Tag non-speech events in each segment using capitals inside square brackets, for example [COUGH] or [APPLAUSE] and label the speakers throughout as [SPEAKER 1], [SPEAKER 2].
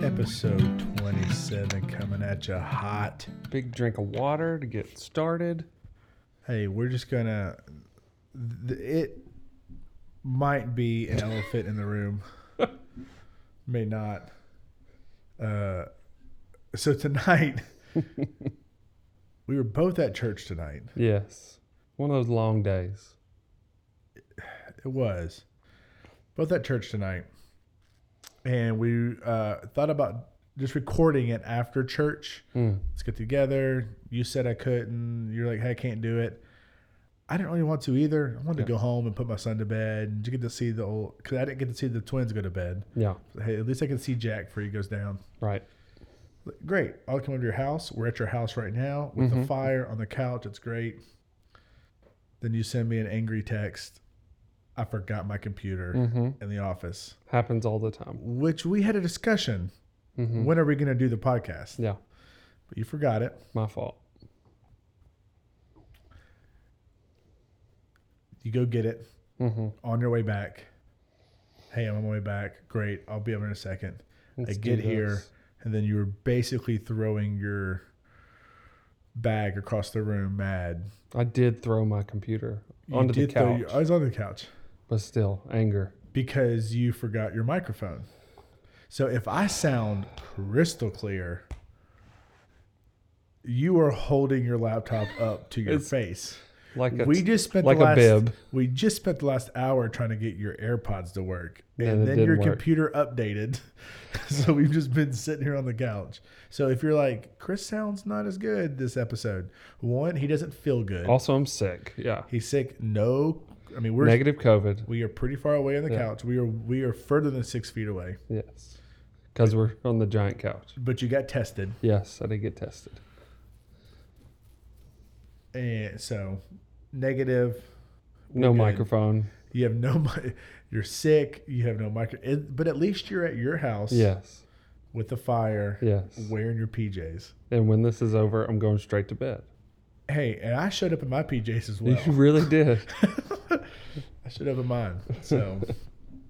[SPEAKER 1] episode 27 coming at you hot.
[SPEAKER 2] Big drink of water to get started.
[SPEAKER 1] Hey, we're just gonna. th- It might be an elephant in the room, may not. Uh, so tonight, we were both at church tonight.
[SPEAKER 2] Yes. One of those long days.
[SPEAKER 1] It was both at church tonight, and we uh, thought about just recording it after church.
[SPEAKER 2] Mm.
[SPEAKER 1] let's get together. You said I couldn't. You're like, hey, I can't do it. I didn't really want to either. I wanted to go
[SPEAKER 2] Yeah.
[SPEAKER 1] home and put my son to bed and to get to see the old, because I didn't get to see the twins go to bed.
[SPEAKER 2] Yeah.
[SPEAKER 1] Hey, at least I can see Jack before he goes down.
[SPEAKER 2] Right.
[SPEAKER 1] Like, Great. I'll come over to your house. We're at your house right now with the fire on the couch. It's great. Then you send me an angry text. I forgot my computer
[SPEAKER 2] Mm-hmm.
[SPEAKER 1] in the office,
[SPEAKER 2] Happens all the time.
[SPEAKER 1] which we had a discussion.
[SPEAKER 2] Mhm.
[SPEAKER 1] When are we going to do the podcast?
[SPEAKER 2] Yeah.
[SPEAKER 1] But you forgot it.
[SPEAKER 2] My fault.
[SPEAKER 1] You go get it.
[SPEAKER 2] Mm-hmm.
[SPEAKER 1] on your way back. Hey, I'm on my way back. Great, I'll be over in a second. I get here, and then you were basically throwing your bag across the room, mad.
[SPEAKER 2] I did throw my computer
[SPEAKER 1] You
[SPEAKER 2] onto the
[SPEAKER 1] did throw
[SPEAKER 2] couch,
[SPEAKER 1] your- I was on the couch
[SPEAKER 2] but still, anger.
[SPEAKER 1] because you forgot your microphone. So if I sound crystal clear, you are holding your laptop up to your
[SPEAKER 2] It's-
[SPEAKER 1] face.
[SPEAKER 2] Like a,
[SPEAKER 1] we just spent
[SPEAKER 2] like
[SPEAKER 1] the
[SPEAKER 2] a
[SPEAKER 1] last,
[SPEAKER 2] bib.
[SPEAKER 1] We just spent the last hour trying to get your AirPods to work,
[SPEAKER 2] Yeah,
[SPEAKER 1] and
[SPEAKER 2] that
[SPEAKER 1] then
[SPEAKER 2] didn't
[SPEAKER 1] your
[SPEAKER 2] work.
[SPEAKER 1] computer updated. [LAUGHS] so we've just been sitting here on the couch. So if you're like, Chris sounds not as good this episode. One, he doesn't feel good.
[SPEAKER 2] also, I'm sick. Yeah.
[SPEAKER 1] He's sick. No, I mean we're
[SPEAKER 2] Negative COVID.
[SPEAKER 1] we are pretty far away on the
[SPEAKER 2] Yeah.
[SPEAKER 1] couch. We are we are further than six feet away.
[SPEAKER 2] Yes. Because we're on the giant couch.
[SPEAKER 1] But you got tested,
[SPEAKER 2] Yes, I did get tested.
[SPEAKER 1] and so negative.
[SPEAKER 2] No
[SPEAKER 1] good.
[SPEAKER 2] microphone.
[SPEAKER 1] You have no. [LAUGHS] mi- You're sick. You have no micro. it- But at least you're at your house.
[SPEAKER 2] Yes.
[SPEAKER 1] with the fire,
[SPEAKER 2] Yes.
[SPEAKER 1] wearing your PJs.
[SPEAKER 2] And when this is over, I'm going straight to bed.
[SPEAKER 1] Hey, and I showed up in my PJs as well.
[SPEAKER 2] You really did.
[SPEAKER 1] I showed up in mine. So, [LAUGHS]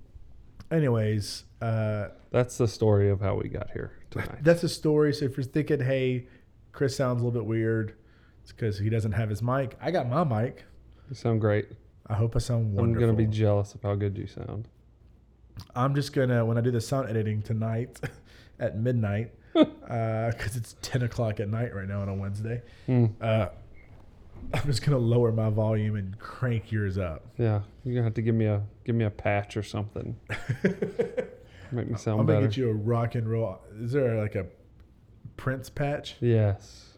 [SPEAKER 1] anyways, uh,
[SPEAKER 2] [LAUGHS] That's the story of how we got here tonight.
[SPEAKER 1] that's a story. So if you're thinking, hey, Chris sounds a little bit weird, it's because he doesn't have his mic. I got my mic.
[SPEAKER 2] You sound great.
[SPEAKER 1] I hope I sound wonderful.
[SPEAKER 2] I'm gonna be jealous of how good you sound.
[SPEAKER 1] I'm just gonna when I do the sound editing tonight [LAUGHS] at
[SPEAKER 2] [LAUGHS]
[SPEAKER 1] midnight
[SPEAKER 2] Uh,
[SPEAKER 1] because it's ten o'clock at night right now on a Wednesday.
[SPEAKER 2] Hmm.
[SPEAKER 1] Uh, [LAUGHS] I'm just gonna lower my volume and crank yours up. [LAUGHS]
[SPEAKER 2] Yeah, you're gonna have to give me a give me a patch or something.
[SPEAKER 1] [LAUGHS]
[SPEAKER 2] Make me sound
[SPEAKER 1] I'm gonna
[SPEAKER 2] better.
[SPEAKER 1] get you a rock and roll. Is there like a Prince patch?
[SPEAKER 2] Yes,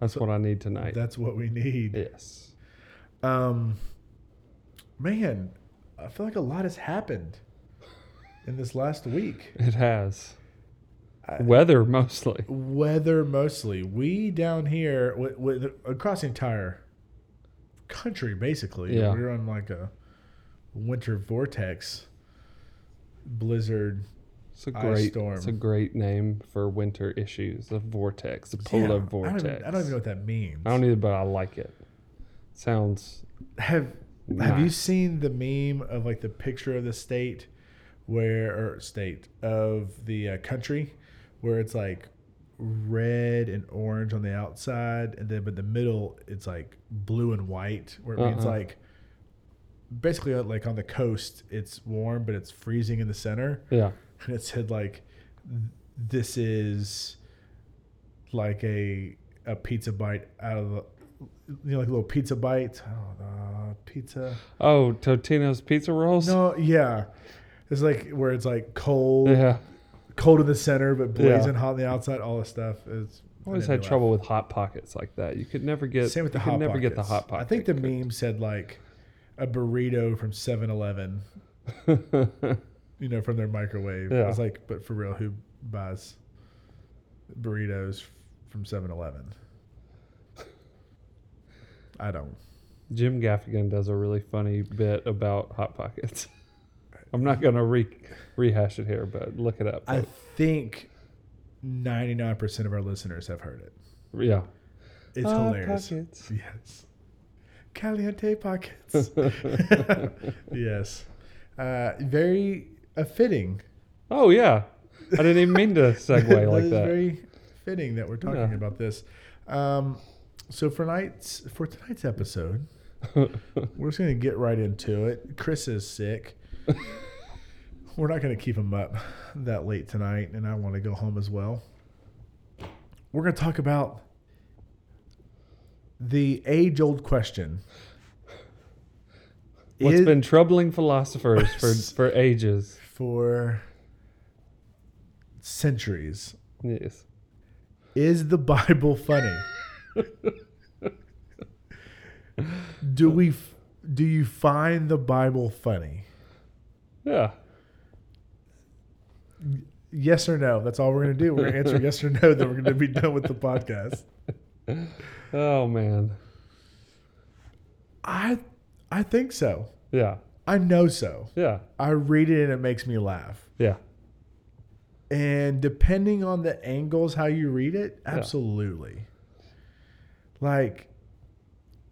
[SPEAKER 2] that's what I need tonight.
[SPEAKER 1] That's what we need.
[SPEAKER 2] yes,
[SPEAKER 1] Um, man, I feel like a lot has happened in this last week.
[SPEAKER 2] it has
[SPEAKER 1] I-
[SPEAKER 2] weather mostly.
[SPEAKER 1] Weather mostly. We down here with, with across the entire country, basically.
[SPEAKER 2] Yeah.
[SPEAKER 1] We're on like a winter vortex, blizzard.
[SPEAKER 2] It's a
[SPEAKER 1] Ice
[SPEAKER 2] great
[SPEAKER 1] storm.
[SPEAKER 2] It's a great name for winter issues. A vortex, a
[SPEAKER 1] Yeah, I
[SPEAKER 2] polar
[SPEAKER 1] don't even-
[SPEAKER 2] vortex.
[SPEAKER 1] I don't, even, know what that means.
[SPEAKER 2] I don't either, but I like it. Sounds
[SPEAKER 1] Have Have you
[SPEAKER 2] Nice.
[SPEAKER 1] seen the meme of like the picture of the state where or state of the uh, country where it's like red and orange on the outside and then but the middle it's like blue and white where it means
[SPEAKER 2] Uh-uh.
[SPEAKER 1] like basically uh, like on the coast it's warm but it's freezing in the center
[SPEAKER 2] yeah.
[SPEAKER 1] and it said like this is like a a pizza bite out of the you know like a little pizza bite I don't know, pizza
[SPEAKER 2] Oh, Totino's pizza rolls.
[SPEAKER 1] no yeah it's like where it's like cold
[SPEAKER 2] Yeah,
[SPEAKER 1] cold in the center but
[SPEAKER 2] Uh-huh. Yeah.
[SPEAKER 1] blazing hot on the outside all this stuff it's
[SPEAKER 2] I always
[SPEAKER 1] I didn't
[SPEAKER 2] had
[SPEAKER 1] do
[SPEAKER 2] trouble with hot pockets like that. You could never
[SPEAKER 1] it.
[SPEAKER 2] get.
[SPEAKER 1] same with the
[SPEAKER 2] you
[SPEAKER 1] hot
[SPEAKER 2] could never get the
[SPEAKER 1] pockets.
[SPEAKER 2] hot pocket.
[SPEAKER 1] i think the meme said like a burrito from 7-eleven you know from their microwave i
[SPEAKER 2] Yeah.
[SPEAKER 1] was like but for real who buys burritos from 7-eleven i don't
[SPEAKER 2] [LAUGHS] Jim Gaffigan does a really funny bit about hot pockets. [LAUGHS] I'm not gonna re- rehash it here, but look it up.
[SPEAKER 1] i think 99% of our listeners have heard it
[SPEAKER 2] yeah,
[SPEAKER 1] it's
[SPEAKER 2] Hot
[SPEAKER 1] hilarious
[SPEAKER 2] Pockets.
[SPEAKER 1] Yes. Caliente
[SPEAKER 2] [LAUGHS]
[SPEAKER 1] pockets. yes. Uh, very uh, fitting.
[SPEAKER 2] Oh yeah, I didn't even mean [LAUGHS] to
[SPEAKER 1] [LAUGHS]
[SPEAKER 2] segue like
[SPEAKER 1] is
[SPEAKER 2] that.
[SPEAKER 1] very fitting that we're talking
[SPEAKER 2] Yeah.
[SPEAKER 1] about this. Um, so for tonight's for tonight's episode, we're just gonna get right into it. Chris is sick. we're not gonna keep him up that late tonight, and I want to go home as well. We're gonna talk about the age-old question.
[SPEAKER 2] [LAUGHS] What's
[SPEAKER 1] Is-
[SPEAKER 2] been troubling philosophers [LAUGHS] for, for ages?
[SPEAKER 1] for centuries.
[SPEAKER 2] Yes.
[SPEAKER 1] Is the [LAUGHS] Bible
[SPEAKER 2] [LAUGHS]
[SPEAKER 1] funny? do we f- do you find the Bible funny?
[SPEAKER 2] Yeah.
[SPEAKER 1] Yes or no? That's all we're going to do. We're going to answer yes or no then we're going to be done with the podcast.
[SPEAKER 2] Oh man.
[SPEAKER 1] I I think so.
[SPEAKER 2] Yeah.
[SPEAKER 1] I know so.
[SPEAKER 2] Yeah.
[SPEAKER 1] I read it and it makes me laugh.
[SPEAKER 2] Yeah.
[SPEAKER 1] And depending on the angles, how you read it, absolutely. Like,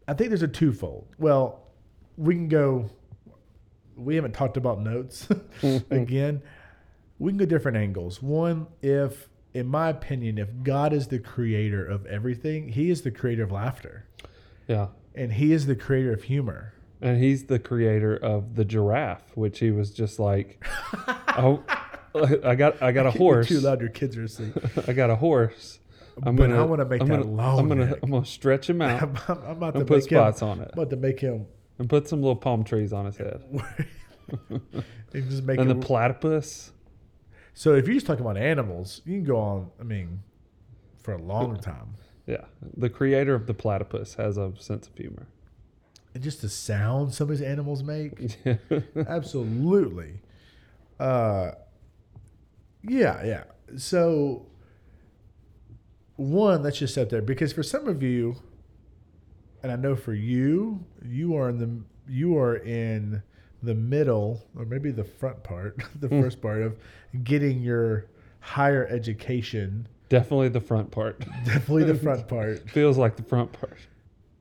[SPEAKER 1] I think there's a twofold. Well, we can go, we haven't talked about notes [LAUGHS]
[SPEAKER 2] Mm-hmm.
[SPEAKER 1] again. We can go different angles. One, if, in my opinion, if God is the creator of everything, He is the creator of laughter
[SPEAKER 2] Yeah.
[SPEAKER 1] and He is the creator of humor.
[SPEAKER 2] And he's the creator of the giraffe, which he was just [LAUGHS] like, oh, I got I got a
[SPEAKER 1] You're
[SPEAKER 2] horse.
[SPEAKER 1] too loud, your kids are asleep. [LAUGHS]
[SPEAKER 2] [LAUGHS] I got a horse. I'm
[SPEAKER 1] But I
[SPEAKER 2] gonna,
[SPEAKER 1] wanna make
[SPEAKER 2] I'm
[SPEAKER 1] that
[SPEAKER 2] gonna,
[SPEAKER 1] long
[SPEAKER 2] I'm gonna
[SPEAKER 1] neck.
[SPEAKER 2] I'm gonna stretch
[SPEAKER 1] [LAUGHS]
[SPEAKER 2] him out
[SPEAKER 1] I'm, I'm about, to
[SPEAKER 2] and put
[SPEAKER 1] make him,
[SPEAKER 2] spots on it
[SPEAKER 1] about to make
[SPEAKER 2] [LAUGHS]
[SPEAKER 1] him. [LAUGHS]
[SPEAKER 2] and put some little palm trees on his head.
[SPEAKER 1] Just make
[SPEAKER 2] And the
[SPEAKER 1] him
[SPEAKER 2] platypus.
[SPEAKER 1] So if you're just talking about animals, you can go on. I mean, for a long time,
[SPEAKER 2] Yeah. The creator of the platypus has a sense of humor. [LAUGHS]
[SPEAKER 1] and just the sound some of these animals make.
[SPEAKER 2] [LAUGHS]
[SPEAKER 1] Absolutely. Uh, yeah, yeah. So one, let's just set there because for some of you, and I know for you, you are in the you are in the middle or maybe the front part, [LAUGHS] the first part of getting your higher education. [LAUGHS]
[SPEAKER 2] Definitely the front part. [LAUGHS]
[SPEAKER 1] Definitely the front part.
[SPEAKER 2] Feels like the front part.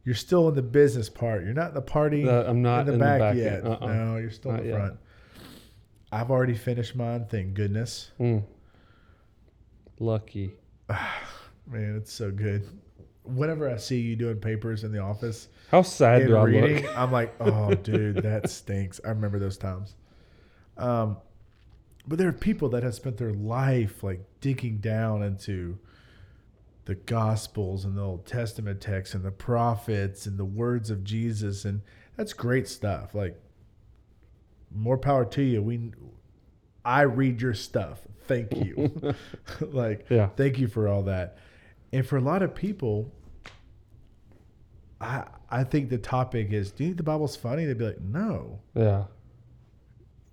[SPEAKER 1] you're still in the business part. You're not in the party.
[SPEAKER 2] The- I'm
[SPEAKER 1] in
[SPEAKER 2] not
[SPEAKER 1] the
[SPEAKER 2] in the
[SPEAKER 1] back,
[SPEAKER 2] back
[SPEAKER 1] yet.
[SPEAKER 2] yet. Uh-uh.
[SPEAKER 1] No, you're still
[SPEAKER 2] Not
[SPEAKER 1] in the
[SPEAKER 2] yet.
[SPEAKER 1] front. I've already finished mine. Thank goodness,
[SPEAKER 2] Mm. Lucky.
[SPEAKER 1] man. It's so good. Whenever I see you doing papers in the office
[SPEAKER 2] How sad
[SPEAKER 1] and
[SPEAKER 2] do I
[SPEAKER 1] reading,
[SPEAKER 2] look?
[SPEAKER 1] I'm like, oh, dude, that stinks. I remember those times. Um, but there are people that have spent their life like digging down into the Gospels and the Old Testament texts and the prophets and the words of Jesus, and that's great stuff. Like, more power to you. We, I read your stuff. Thank
[SPEAKER 2] [LAUGHS]
[SPEAKER 1] you. [LAUGHS] like,
[SPEAKER 2] Yeah.
[SPEAKER 1] thank you for all that. And for a lot of people, I I think the topic is, do you think the Bible's funny? They'd be like, no,
[SPEAKER 2] [LAUGHS] Yeah.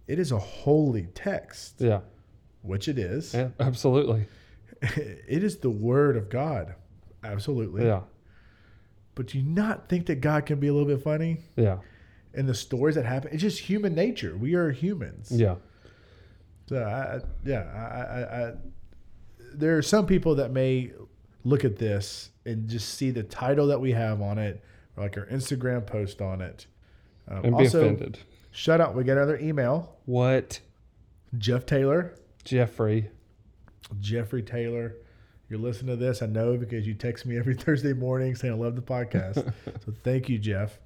[SPEAKER 1] it is a holy text,
[SPEAKER 2] Yeah.
[SPEAKER 1] which it is.
[SPEAKER 2] Yeah, absolutely.
[SPEAKER 1] [LAUGHS] it is the Word of God, absolutely.
[SPEAKER 2] Yeah.
[SPEAKER 1] But do you not think that God can be a little bit funny?
[SPEAKER 2] Yeah.
[SPEAKER 1] And the stories that happen, it's just human nature. We are humans.
[SPEAKER 2] Yeah.
[SPEAKER 1] So I, I- yeah, I, I, I, there are some people that may look at this and just see the title that we have on it, or like our Instagram post on it. Um,
[SPEAKER 2] And be offended.
[SPEAKER 1] shut up. We got another email.
[SPEAKER 2] What?
[SPEAKER 1] Jeff Taylor,
[SPEAKER 2] Jeffrey.
[SPEAKER 1] Jeffrey Taylor. You're listening to this, I know, because you text me every [LAUGHS] Thursday morning saying I love the
[SPEAKER 2] [LAUGHS]
[SPEAKER 1] podcast. so thank you, Jeff.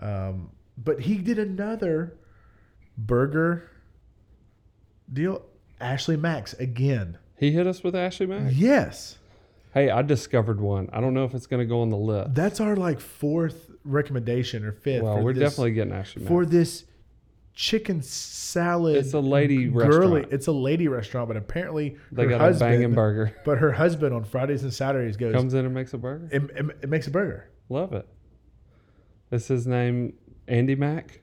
[SPEAKER 1] Um, but he did another burger deal. Ashley Max again.
[SPEAKER 2] He hit us with Ashley Mack.
[SPEAKER 1] Yes.
[SPEAKER 2] Hey, I discovered one. I don't know if it's going to go on the list.
[SPEAKER 1] That's our like fourth recommendation or fifth.
[SPEAKER 2] Well,
[SPEAKER 1] for
[SPEAKER 2] we're
[SPEAKER 1] this-
[SPEAKER 2] definitely getting Ashley Mack.
[SPEAKER 1] for this chicken salad.
[SPEAKER 2] It's a lady restaurant.
[SPEAKER 1] It's a lady restaurant, but apparently
[SPEAKER 2] They
[SPEAKER 1] her
[SPEAKER 2] got
[SPEAKER 1] husband,
[SPEAKER 2] a banging burger. [LAUGHS]
[SPEAKER 1] But her husband on Fridays and Saturdays goes.
[SPEAKER 2] Comes in and makes a burger.
[SPEAKER 1] it, it, it makes a burger.
[SPEAKER 2] Love it. Is his name Andy Mack?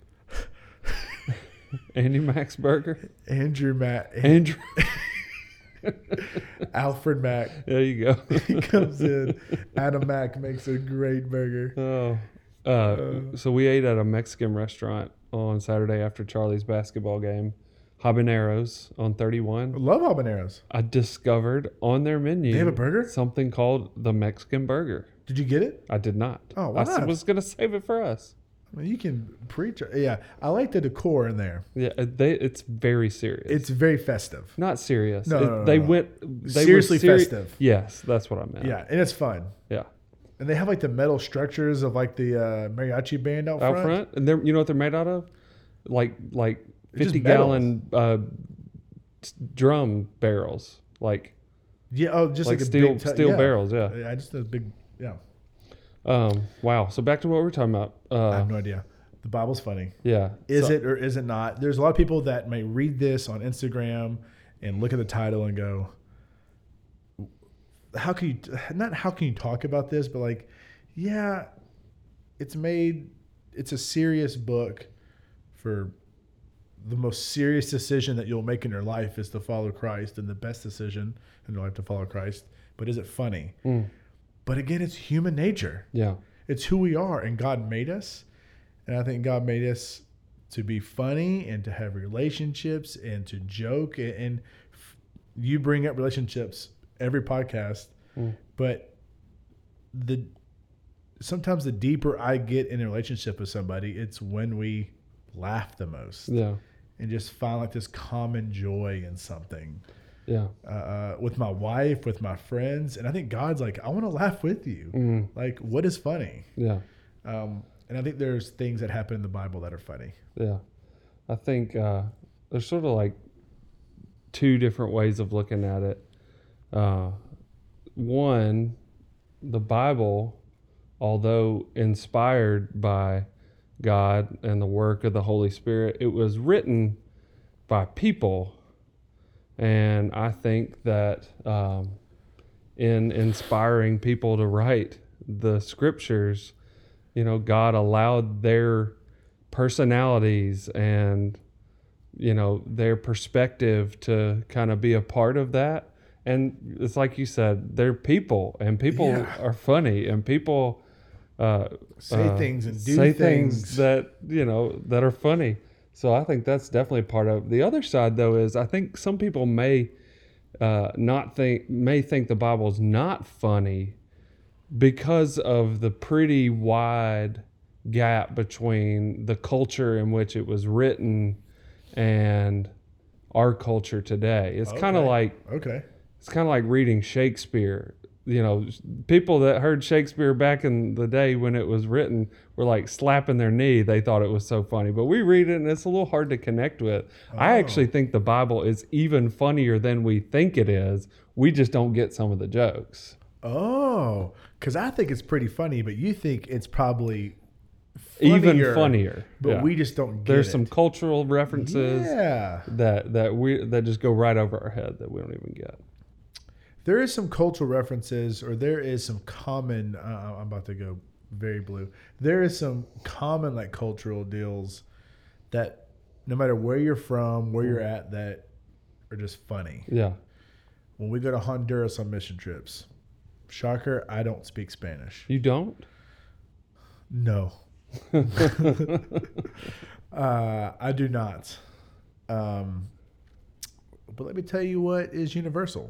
[SPEAKER 2] [LAUGHS] Andy Mack's Burger?
[SPEAKER 1] Andrew
[SPEAKER 2] [LAUGHS]
[SPEAKER 1] Matt,
[SPEAKER 2] Andrew.
[SPEAKER 1] Alfred Mack,
[SPEAKER 2] There you go. [LAUGHS]
[SPEAKER 1] he [LAUGHS] comes in. Adam Mack makes a great burger.
[SPEAKER 2] Oh. Uh, so we ate at a Mexican restaurant on Saturday after Charlie's basketball game, Habaneros on 31.
[SPEAKER 1] Love habaneros.
[SPEAKER 2] I discovered on their menu
[SPEAKER 1] They have a burger?
[SPEAKER 2] something called the Mexican burger.
[SPEAKER 1] Did you get it?
[SPEAKER 2] I did not.
[SPEAKER 1] Oh, why
[SPEAKER 2] I s-
[SPEAKER 1] not?
[SPEAKER 2] was going to save it for us.
[SPEAKER 1] I Well, you can preach. Yeah, I like the decor in there.
[SPEAKER 2] Yeah, uh, they it's very serious.
[SPEAKER 1] It's very festive.
[SPEAKER 2] not serious.
[SPEAKER 1] No,
[SPEAKER 2] It-
[SPEAKER 1] no, no,
[SPEAKER 2] they
[SPEAKER 1] no.
[SPEAKER 2] went they were
[SPEAKER 1] Seriously
[SPEAKER 2] seri-
[SPEAKER 1] festive.
[SPEAKER 2] Yes, that's what I meant.
[SPEAKER 1] Yeah, and it's fun.
[SPEAKER 2] yeah.
[SPEAKER 1] And they have like the metal structures of like the uh, mariachi band out,
[SPEAKER 2] Out front. and they're you know what they're made out of? Like like
[SPEAKER 1] just
[SPEAKER 2] fifty gallon uh, s- drum barrels, like
[SPEAKER 1] Yeah, oh, just
[SPEAKER 2] like,
[SPEAKER 1] like, a
[SPEAKER 2] steel
[SPEAKER 1] big t-
[SPEAKER 2] steel
[SPEAKER 1] yeah. Uh,
[SPEAKER 2] barrels. Yeah.
[SPEAKER 1] Yeah, just those big. Yeah,
[SPEAKER 2] Um. Wow. So back to what we we're talking about.
[SPEAKER 1] I
[SPEAKER 2] Uh,
[SPEAKER 1] have no idea. The Bible's funny.
[SPEAKER 2] yeah.
[SPEAKER 1] Is
[SPEAKER 2] So-
[SPEAKER 1] it or is it not? There's a lot of people that may read this on Instagram and look at the title and go, "How can you? Not how can you talk about this, but like, yeah, it's made. It's a serious book for." The most serious decision that you'll make in your life is to follow Christ, and the best decision in your life to follow Christ. But is it funny?
[SPEAKER 2] Mm.
[SPEAKER 1] But again, it's human nature.
[SPEAKER 2] Yeah.
[SPEAKER 1] It's who we are, and God made us. And I think God made us to be funny and to have relationships and to joke. And, and f- you bring up relationships every podcast,
[SPEAKER 2] Mm.
[SPEAKER 1] but the sometimes the deeper I get in a relationship with somebody, it's when we laugh the most
[SPEAKER 2] Yeah.
[SPEAKER 1] and just find like this common joy in something
[SPEAKER 2] Yeah.
[SPEAKER 1] uh, with my wife, with my friends. And I think God's like, I want to laugh with you.
[SPEAKER 2] Mm.
[SPEAKER 1] Like, what is funny?
[SPEAKER 2] Yeah.
[SPEAKER 1] Um, and I think there's things that happen in the Bible that are funny.
[SPEAKER 2] Yeah. I think uh, there's sort of like two different ways of looking at it. Uh, one, the Bible, although inspired by God and the work of the Holy Spirit, it was written by people. And I think that um, in inspiring people to write the scriptures, you know, God allowed their personalities and you know their perspective to kind of be a part of that and it's like you said they're people and people
[SPEAKER 1] Yeah.
[SPEAKER 2] are funny and people uh,
[SPEAKER 1] Say
[SPEAKER 2] uh,
[SPEAKER 1] things and do
[SPEAKER 2] say
[SPEAKER 1] things.
[SPEAKER 2] that you know that are funny. So I think that's definitely part of the other side. Though is I think some people may uh, not think may think the Bible's not funny because of the pretty wide gap between the culture in which it was written and our culture today. It's kind of
[SPEAKER 1] Okay.
[SPEAKER 2] like
[SPEAKER 1] okay.
[SPEAKER 2] it's kind of like reading Shakespeare. You know, people that heard Shakespeare back in the day when it was written were like slapping their knee. They thought it was so funny. But we read it and it's a little hard to connect with.
[SPEAKER 1] Oh.
[SPEAKER 2] I actually think the Bible is even funnier than we think it is. We just don't get some of the jokes.
[SPEAKER 1] Oh, because I think it's pretty funny, but you think it's probably
[SPEAKER 2] even funnier.
[SPEAKER 1] But
[SPEAKER 2] Yeah.
[SPEAKER 1] we just don't get
[SPEAKER 2] There's
[SPEAKER 1] it.
[SPEAKER 2] some cultural references
[SPEAKER 1] Yeah.
[SPEAKER 2] that that we that just go right over our head that we don't even get.
[SPEAKER 1] There is some cultural references, or there is some common. Uh, I'm about to go very blue. There is some common like cultural deals that, no matter where you're from, where you're
[SPEAKER 2] Mm.
[SPEAKER 1] at, that are just funny.
[SPEAKER 2] Yeah.
[SPEAKER 1] When we go to Honduras on mission trips, shocker, I don't speak Spanish.
[SPEAKER 2] You don't?
[SPEAKER 1] No. [LAUGHS] uh, I do not. Um, but let me tell you what is universal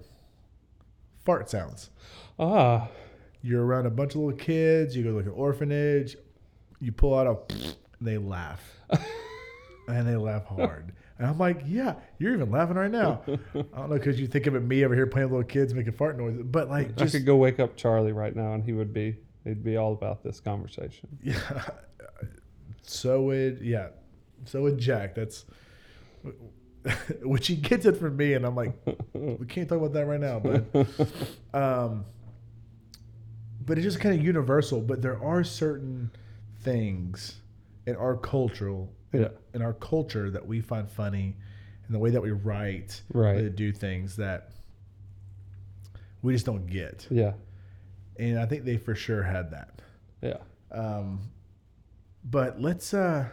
[SPEAKER 1] fart sounds.
[SPEAKER 2] Ah.
[SPEAKER 1] You're around a bunch of little kids, you go to like an orphanage, you pull out a and they laugh. and they laugh hard. And I'm like, yeah, you're even laughing right now. I don't know because you think of it me over here playing with little kids making fart noises, but like
[SPEAKER 2] I [LAUGHS]
[SPEAKER 1] just
[SPEAKER 2] could go wake up Charlie right now, and he would be he'd be all about this conversation.
[SPEAKER 1] Yeah. [LAUGHS] So would yeah. So would Jack. That's [LAUGHS] which he gets it from me, and I'm like, we can't talk about that right now, but [LAUGHS] um but it's just kind of universal, but there are certain things in our cultural
[SPEAKER 2] Yeah.
[SPEAKER 1] in our culture that we find funny and the way that we write
[SPEAKER 2] Right.
[SPEAKER 1] to do things that we just don't get.
[SPEAKER 2] Yeah,
[SPEAKER 1] And I think they for sure had that.
[SPEAKER 2] yeah,
[SPEAKER 1] Um, but let's uh,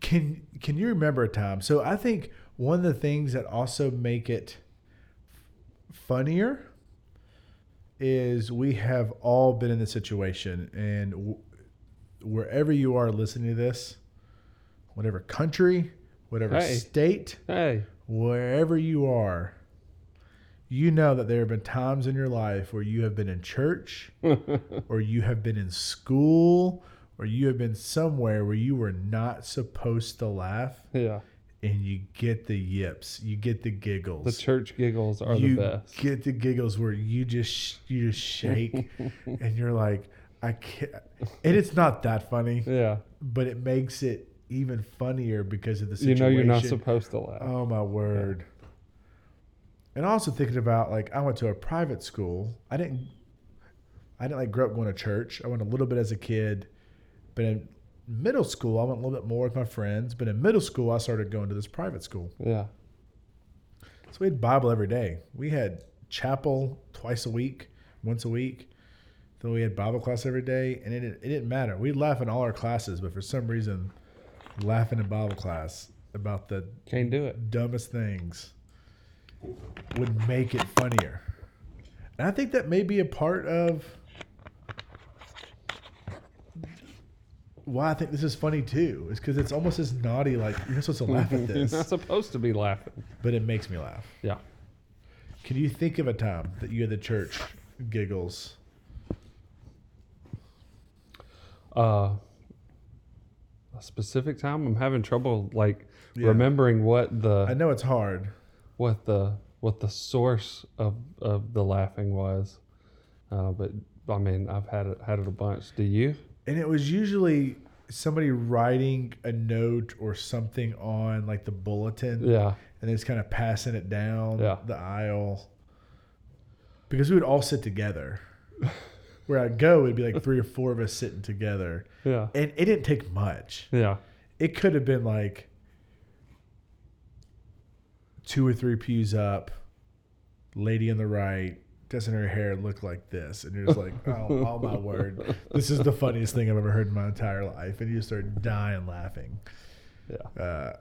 [SPEAKER 1] can can you remember a time? So I think one of the things that also make it funnier is we have all been in the situation, and w- wherever you are listening to this, whatever country, whatever
[SPEAKER 2] Hey.
[SPEAKER 1] state,
[SPEAKER 2] hey,
[SPEAKER 1] wherever you are, you know that there have been
[SPEAKER 2] [LAUGHS]
[SPEAKER 1] times in your life where you have been in church or you have been in school or you have been somewhere where you were not supposed to laugh
[SPEAKER 2] Yeah.
[SPEAKER 1] and you get the yips, you get the giggles.
[SPEAKER 2] The church giggles are
[SPEAKER 1] you
[SPEAKER 2] the best.
[SPEAKER 1] get the giggles where you just sh- you just
[SPEAKER 2] [LAUGHS]
[SPEAKER 1] shake and you're like I can't and it's not that funny,
[SPEAKER 2] Yeah.
[SPEAKER 1] but it makes it even funnier because of the
[SPEAKER 2] You
[SPEAKER 1] situation.
[SPEAKER 2] know you're not supposed to laugh.
[SPEAKER 1] Oh my word. And also thinking about like I went to a private school. I didn't I didn't like grow up going to church. I went a little bit as a kid, but in middle school I went a little bit more with my friends. But in middle school I started going to this private school.
[SPEAKER 2] Yeah.
[SPEAKER 1] So we had Bible every day. We had chapel twice a week, once a week. Then we had Bible class every day, and it, it didn't matter. We'd laugh in all our classes, but for some reason, laughing in Bible class about the
[SPEAKER 2] Can't do it.
[SPEAKER 1] dumbest things would make it funnier. And I think that may be a part of why I think this is funny too, is because it's almost as naughty, like you're not supposed to laugh
[SPEAKER 2] [LAUGHS]
[SPEAKER 1] at
[SPEAKER 2] You're not
[SPEAKER 1] this,
[SPEAKER 2] supposed to be laughing.
[SPEAKER 1] but it makes me laugh.
[SPEAKER 2] Yeah.
[SPEAKER 1] Can you think of a time that you had the church giggles?
[SPEAKER 2] Uh, a specific time, I'm having trouble like
[SPEAKER 1] Yeah.
[SPEAKER 2] remembering what the
[SPEAKER 1] I know it's hard.
[SPEAKER 2] what the what the source of, of the laughing was. Uh, but I mean, I've had it had it a bunch. Do you?
[SPEAKER 1] And it was usually somebody writing a note or something on like the bulletin
[SPEAKER 2] Yeah,
[SPEAKER 1] and it's kind of passing it down
[SPEAKER 2] Yeah.
[SPEAKER 1] the aisle. Because we would all sit together. Where I'd go, it'd be like three or four of us sitting together.
[SPEAKER 2] yeah,
[SPEAKER 1] And it didn't take much.
[SPEAKER 2] yeah,
[SPEAKER 1] It could have been like two or three pews up, lady on the right, doesn't her hair look like this? And you're just like, oh, oh my word, this is the funniest thing I've ever heard in my entire life. And you just start dying laughing.
[SPEAKER 2] yeah,
[SPEAKER 1] Uh,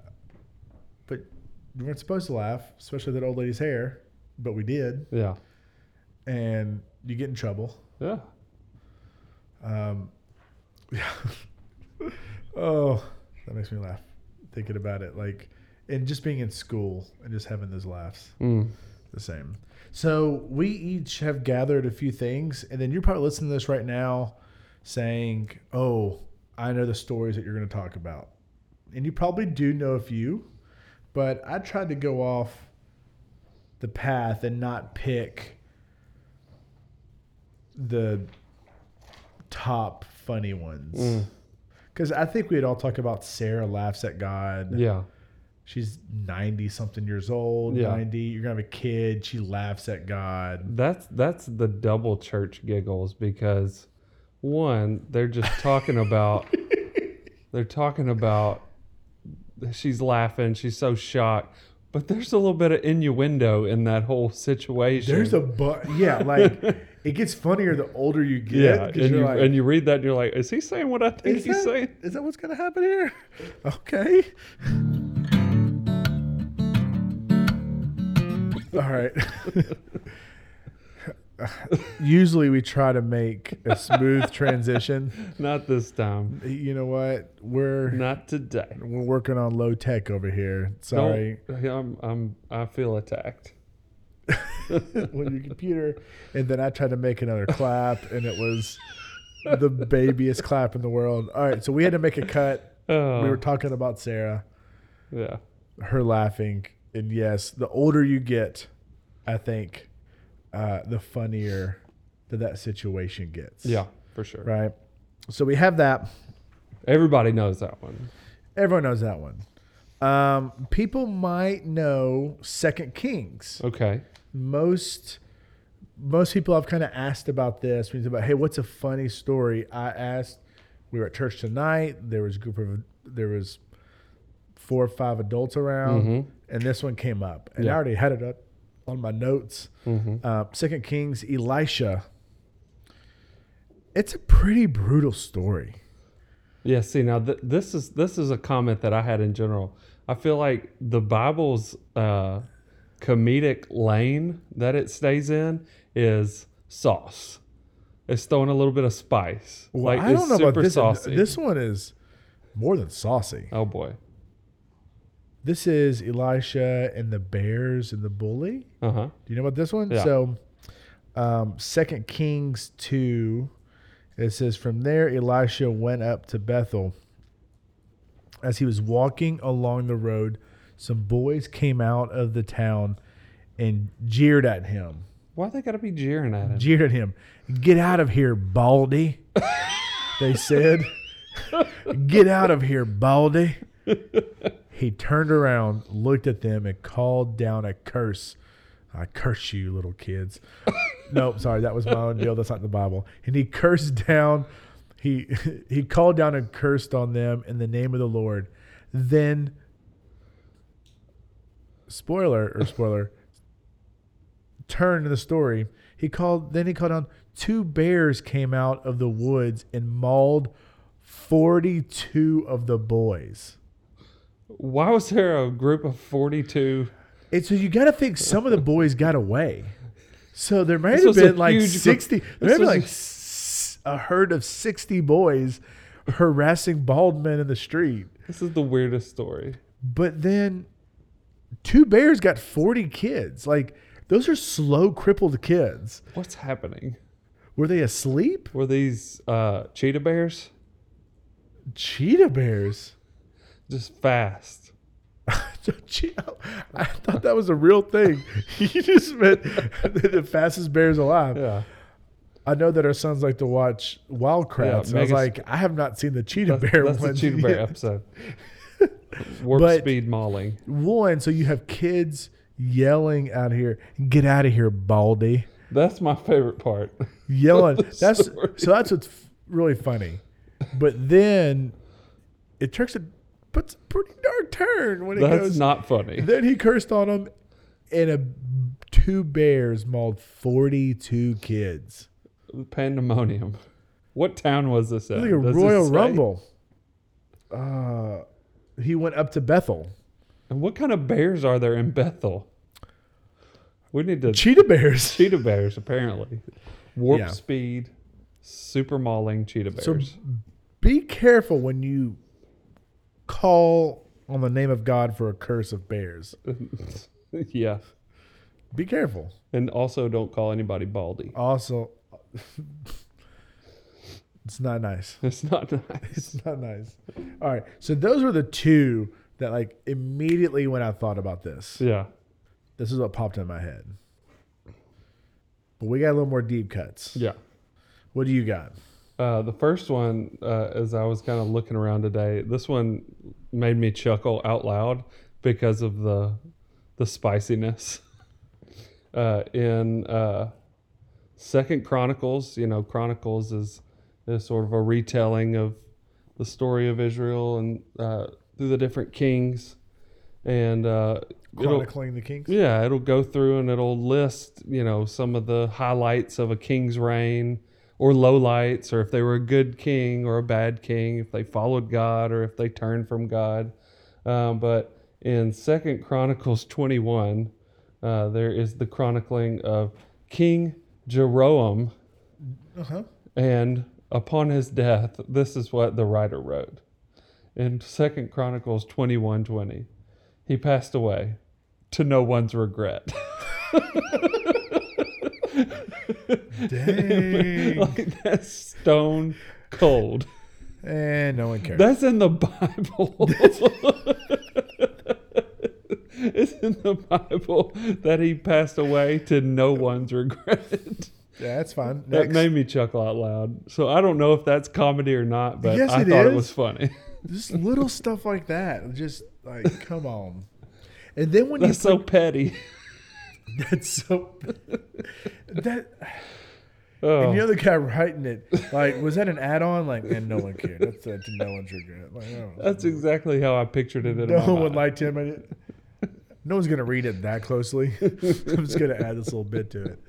[SPEAKER 1] but we weren't supposed to laugh, especially that old lady's hair, but we did.
[SPEAKER 2] yeah,
[SPEAKER 1] And you get in trouble.
[SPEAKER 2] yeah.
[SPEAKER 1] Um, oh, that makes me laugh thinking about it. Like, and just being in school and just having those laughs
[SPEAKER 2] Mm.
[SPEAKER 1] the same. So we each have gathered a few things, and then you're probably listening to this right now, saying, "Oh, I know the stories that you're going to talk about," and you probably do know a few, but I tried to go off the path and not pick the top funny ones.
[SPEAKER 2] Mm.
[SPEAKER 1] Because I think we'd all talk about Sarah laughs at God.
[SPEAKER 2] Yeah,
[SPEAKER 1] She's 90 something years old,
[SPEAKER 2] Yeah.
[SPEAKER 1] 90. You're going to have a kid. She laughs at God.
[SPEAKER 2] that's that's the double church giggles because one, they're just
[SPEAKER 1] [LAUGHS]
[SPEAKER 2] talking about they're talking about she's laughing, she's so shocked, but there's a little bit of innuendo in that whole situation.
[SPEAKER 1] There's a but yeah,
[SPEAKER 2] [LAUGHS]
[SPEAKER 1] like it gets funnier the older you get.
[SPEAKER 2] yeah,
[SPEAKER 1] 'cause
[SPEAKER 2] and
[SPEAKER 1] you're
[SPEAKER 2] you
[SPEAKER 1] like,
[SPEAKER 2] and you read that and you're like, is he saying what I think
[SPEAKER 1] is,
[SPEAKER 2] he's
[SPEAKER 1] that-
[SPEAKER 2] saying?
[SPEAKER 1] is that what's going to happen here? [LAUGHS] Okay. [LAUGHS] All right. [LAUGHS] Usually we try to make a smooth
[SPEAKER 2] [LAUGHS]
[SPEAKER 1] transition.
[SPEAKER 2] Not this time.
[SPEAKER 1] You know what? We're
[SPEAKER 2] Not today.
[SPEAKER 1] we're working on low tech over here. Sorry.
[SPEAKER 2] Don't, I'm, I'm, I feel attacked.
[SPEAKER 1] [LAUGHS] on your computer. And then I tried to make another clap, and it was the babiest clap in the world. All right, so we had to make a cut.
[SPEAKER 2] Oh,
[SPEAKER 1] We were talking about Sarah,
[SPEAKER 2] yeah.
[SPEAKER 1] her laughing. And yes, the older you get, I think, uh, the funnier that that situation gets.
[SPEAKER 2] Yeah, for sure.
[SPEAKER 1] Right. So we have that.
[SPEAKER 2] Everybody knows that one.
[SPEAKER 1] Everyone knows that one. Um, people might know Second Kings.
[SPEAKER 2] Okay.
[SPEAKER 1] most most people I've kind of asked about this. We think about, hey, what's a funny story? I asked. We were at church tonight. There was a group of there was four or five adults around, and this one came up, and I
[SPEAKER 2] Mm-hmm. Yeah. Mm-hmm.
[SPEAKER 1] already had it up on my notes. Uh, Second Kings, Elisha. It's a pretty brutal story.
[SPEAKER 2] Yeah. See, now th- this is this is a comment that I had in general. I feel like the Bible's uh, comedic lane that it stays in is sauce. It's throwing a little bit of spice.
[SPEAKER 1] Well,
[SPEAKER 2] like
[SPEAKER 1] I
[SPEAKER 2] it's
[SPEAKER 1] don't know
[SPEAKER 2] super
[SPEAKER 1] about this. one.
[SPEAKER 2] saucy.
[SPEAKER 1] This one is more than saucy.
[SPEAKER 2] oh boy.
[SPEAKER 1] This is Elisha and the bears and the bully.
[SPEAKER 2] Uh huh.
[SPEAKER 1] Do you know about this one?
[SPEAKER 2] Yeah.
[SPEAKER 1] So, um, Second Kings two It says, From there, Elisha went up to Bethel. As he was walking along the road, some boys came out of the town and jeered at him.
[SPEAKER 2] Why they gotta be jeering at
[SPEAKER 1] [LAUGHS]
[SPEAKER 2] him?
[SPEAKER 1] Jeered at him. Get out of here, Baldy. they said. Get out of here, Baldy. He turned around, looked at them, and called down a curse. I curse you, little kids. nope, sorry, that was my own deal. That's not in the Bible. And he cursed down, he he called down and cursed on them in the name of the Lord. Then spoiler or spoiler turn to the story. He called then he called down two bears came out of the woods and mauled 42 of the boys.
[SPEAKER 2] Why was there a group of forty-two?
[SPEAKER 1] And so you got to think some of the boys got away. So there might
[SPEAKER 2] This
[SPEAKER 1] have
[SPEAKER 2] was a
[SPEAKER 1] been like
[SPEAKER 2] huge group.
[SPEAKER 1] 60, there
[SPEAKER 2] This
[SPEAKER 1] might be
[SPEAKER 2] was
[SPEAKER 1] like
[SPEAKER 2] a-
[SPEAKER 1] s- a herd of 60 boys harassing bald men in the street.
[SPEAKER 2] This is the weirdest story.
[SPEAKER 1] But then two bears got 40 kids. Like those are slow, crippled kids.
[SPEAKER 2] What's happening?
[SPEAKER 1] Were they asleep?
[SPEAKER 2] Were these uh, cheetah bears
[SPEAKER 1] Cheetah bears.
[SPEAKER 2] just fast?
[SPEAKER 1] Che- I thought that was a real thing. [LAUGHS] you just meant the fastest bears alive.
[SPEAKER 2] Yeah,
[SPEAKER 1] I know that our sons like to watch Wildcrats.
[SPEAKER 2] Yeah,
[SPEAKER 1] and I was
[SPEAKER 2] Megas-
[SPEAKER 1] like, I have not seen the cheetah
[SPEAKER 2] that's,
[SPEAKER 1] bear
[SPEAKER 2] that's
[SPEAKER 1] one.
[SPEAKER 2] the cheetah
[SPEAKER 1] [LAUGHS]
[SPEAKER 2] bear
[SPEAKER 1] yet.
[SPEAKER 2] episode. Warp
[SPEAKER 1] But-
[SPEAKER 2] speed mauling.
[SPEAKER 1] One, so you have kids yelling out here, get out of here, Baldy.
[SPEAKER 2] That's my favorite
[SPEAKER 1] [LAUGHS]
[SPEAKER 2] part. [LAUGHS]
[SPEAKER 1] Yelling. that's
[SPEAKER 2] story.
[SPEAKER 1] so that's what's f- really funny. But then it turns it puts a pretty dark turn when it
[SPEAKER 2] That's
[SPEAKER 1] goes.
[SPEAKER 2] not funny.
[SPEAKER 1] then he cursed on him and a two bears mauled forty two kids.
[SPEAKER 2] Pandemonium. What town was this at?
[SPEAKER 1] It's like a
[SPEAKER 2] Does it
[SPEAKER 1] Royal
[SPEAKER 2] say?
[SPEAKER 1] Rumble. Uh, he went up to Bethel.
[SPEAKER 2] And what kind of bears are there in Bethel? We need to
[SPEAKER 1] Cheetah bears. [LAUGHS]
[SPEAKER 2] cheetah bears apparently. Warp
[SPEAKER 1] Yeah.
[SPEAKER 2] speed, super mauling cheetah
[SPEAKER 1] So
[SPEAKER 2] bears.
[SPEAKER 1] be careful when you call on the name of God for a curse of bears.
[SPEAKER 2] [LAUGHS] yeah.
[SPEAKER 1] Be careful.
[SPEAKER 2] And also don't call anybody baldy.
[SPEAKER 1] Also, [LAUGHS] it's not nice.
[SPEAKER 2] It's not [LAUGHS] nice.
[SPEAKER 1] It's not nice. All right. So those were the two that like immediately when I thought about this,
[SPEAKER 2] Yeah.
[SPEAKER 1] this is what popped in my head. But we got a little more deep cuts.
[SPEAKER 2] Yeah.
[SPEAKER 1] What do you got?
[SPEAKER 2] Uh, the first one, uh, as I was kind of looking around today, this one made me chuckle out loud because of the the spiciness. [LAUGHS] Uh, in uh, Second Chronicles, you know, Chronicles is is sort of a retelling of the story of Israel and uh, through the different kings, and uh, it'll-
[SPEAKER 1] Chronicling the Kings.
[SPEAKER 2] yeah, it'll go through and it'll list, you know, some of the highlights of a king's reign or lowlights or if they were a good king or a bad king, if they followed God or if they turned from God. Um, but in Second Chronicles 21, uh, there is the chronicling of King Jeroam.
[SPEAKER 1] Uh-huh.
[SPEAKER 2] And upon his death, this is what the writer wrote. In Second Chronicles twenty one twenty, he passed away to no
[SPEAKER 1] [LAUGHS]
[SPEAKER 2] one's regret. [LAUGHS]
[SPEAKER 1] Dang.
[SPEAKER 2] like that's stone cold.
[SPEAKER 1] and no one cares.
[SPEAKER 2] That's in the Bible. [LAUGHS] it's in the Bible that he passed away to no one's regret.
[SPEAKER 1] yeah, that's fine.
[SPEAKER 2] That
[SPEAKER 1] Next.
[SPEAKER 2] made me chuckle out loud. So I don't know if that's comedy or not, but
[SPEAKER 1] Yes,
[SPEAKER 2] I
[SPEAKER 1] it
[SPEAKER 2] thought
[SPEAKER 1] is.
[SPEAKER 2] it was funny. [LAUGHS]
[SPEAKER 1] just little stuff like that. Just like, come on. And then when you
[SPEAKER 2] [LAUGHS] That's so petty.
[SPEAKER 1] [LAUGHS] that's
[SPEAKER 2] [LAUGHS]
[SPEAKER 1] so that
[SPEAKER 2] Oh.
[SPEAKER 1] and the other guy writing it like was that an add-on? Like, man, no one cared. That's that to no one's regret. Like, oh,
[SPEAKER 2] That's exactly how I pictured it in my
[SPEAKER 1] no one
[SPEAKER 2] mind.
[SPEAKER 1] liked him. I didn't- No one's gonna read it that closely. [LAUGHS] I'm just gonna add this little bit to it.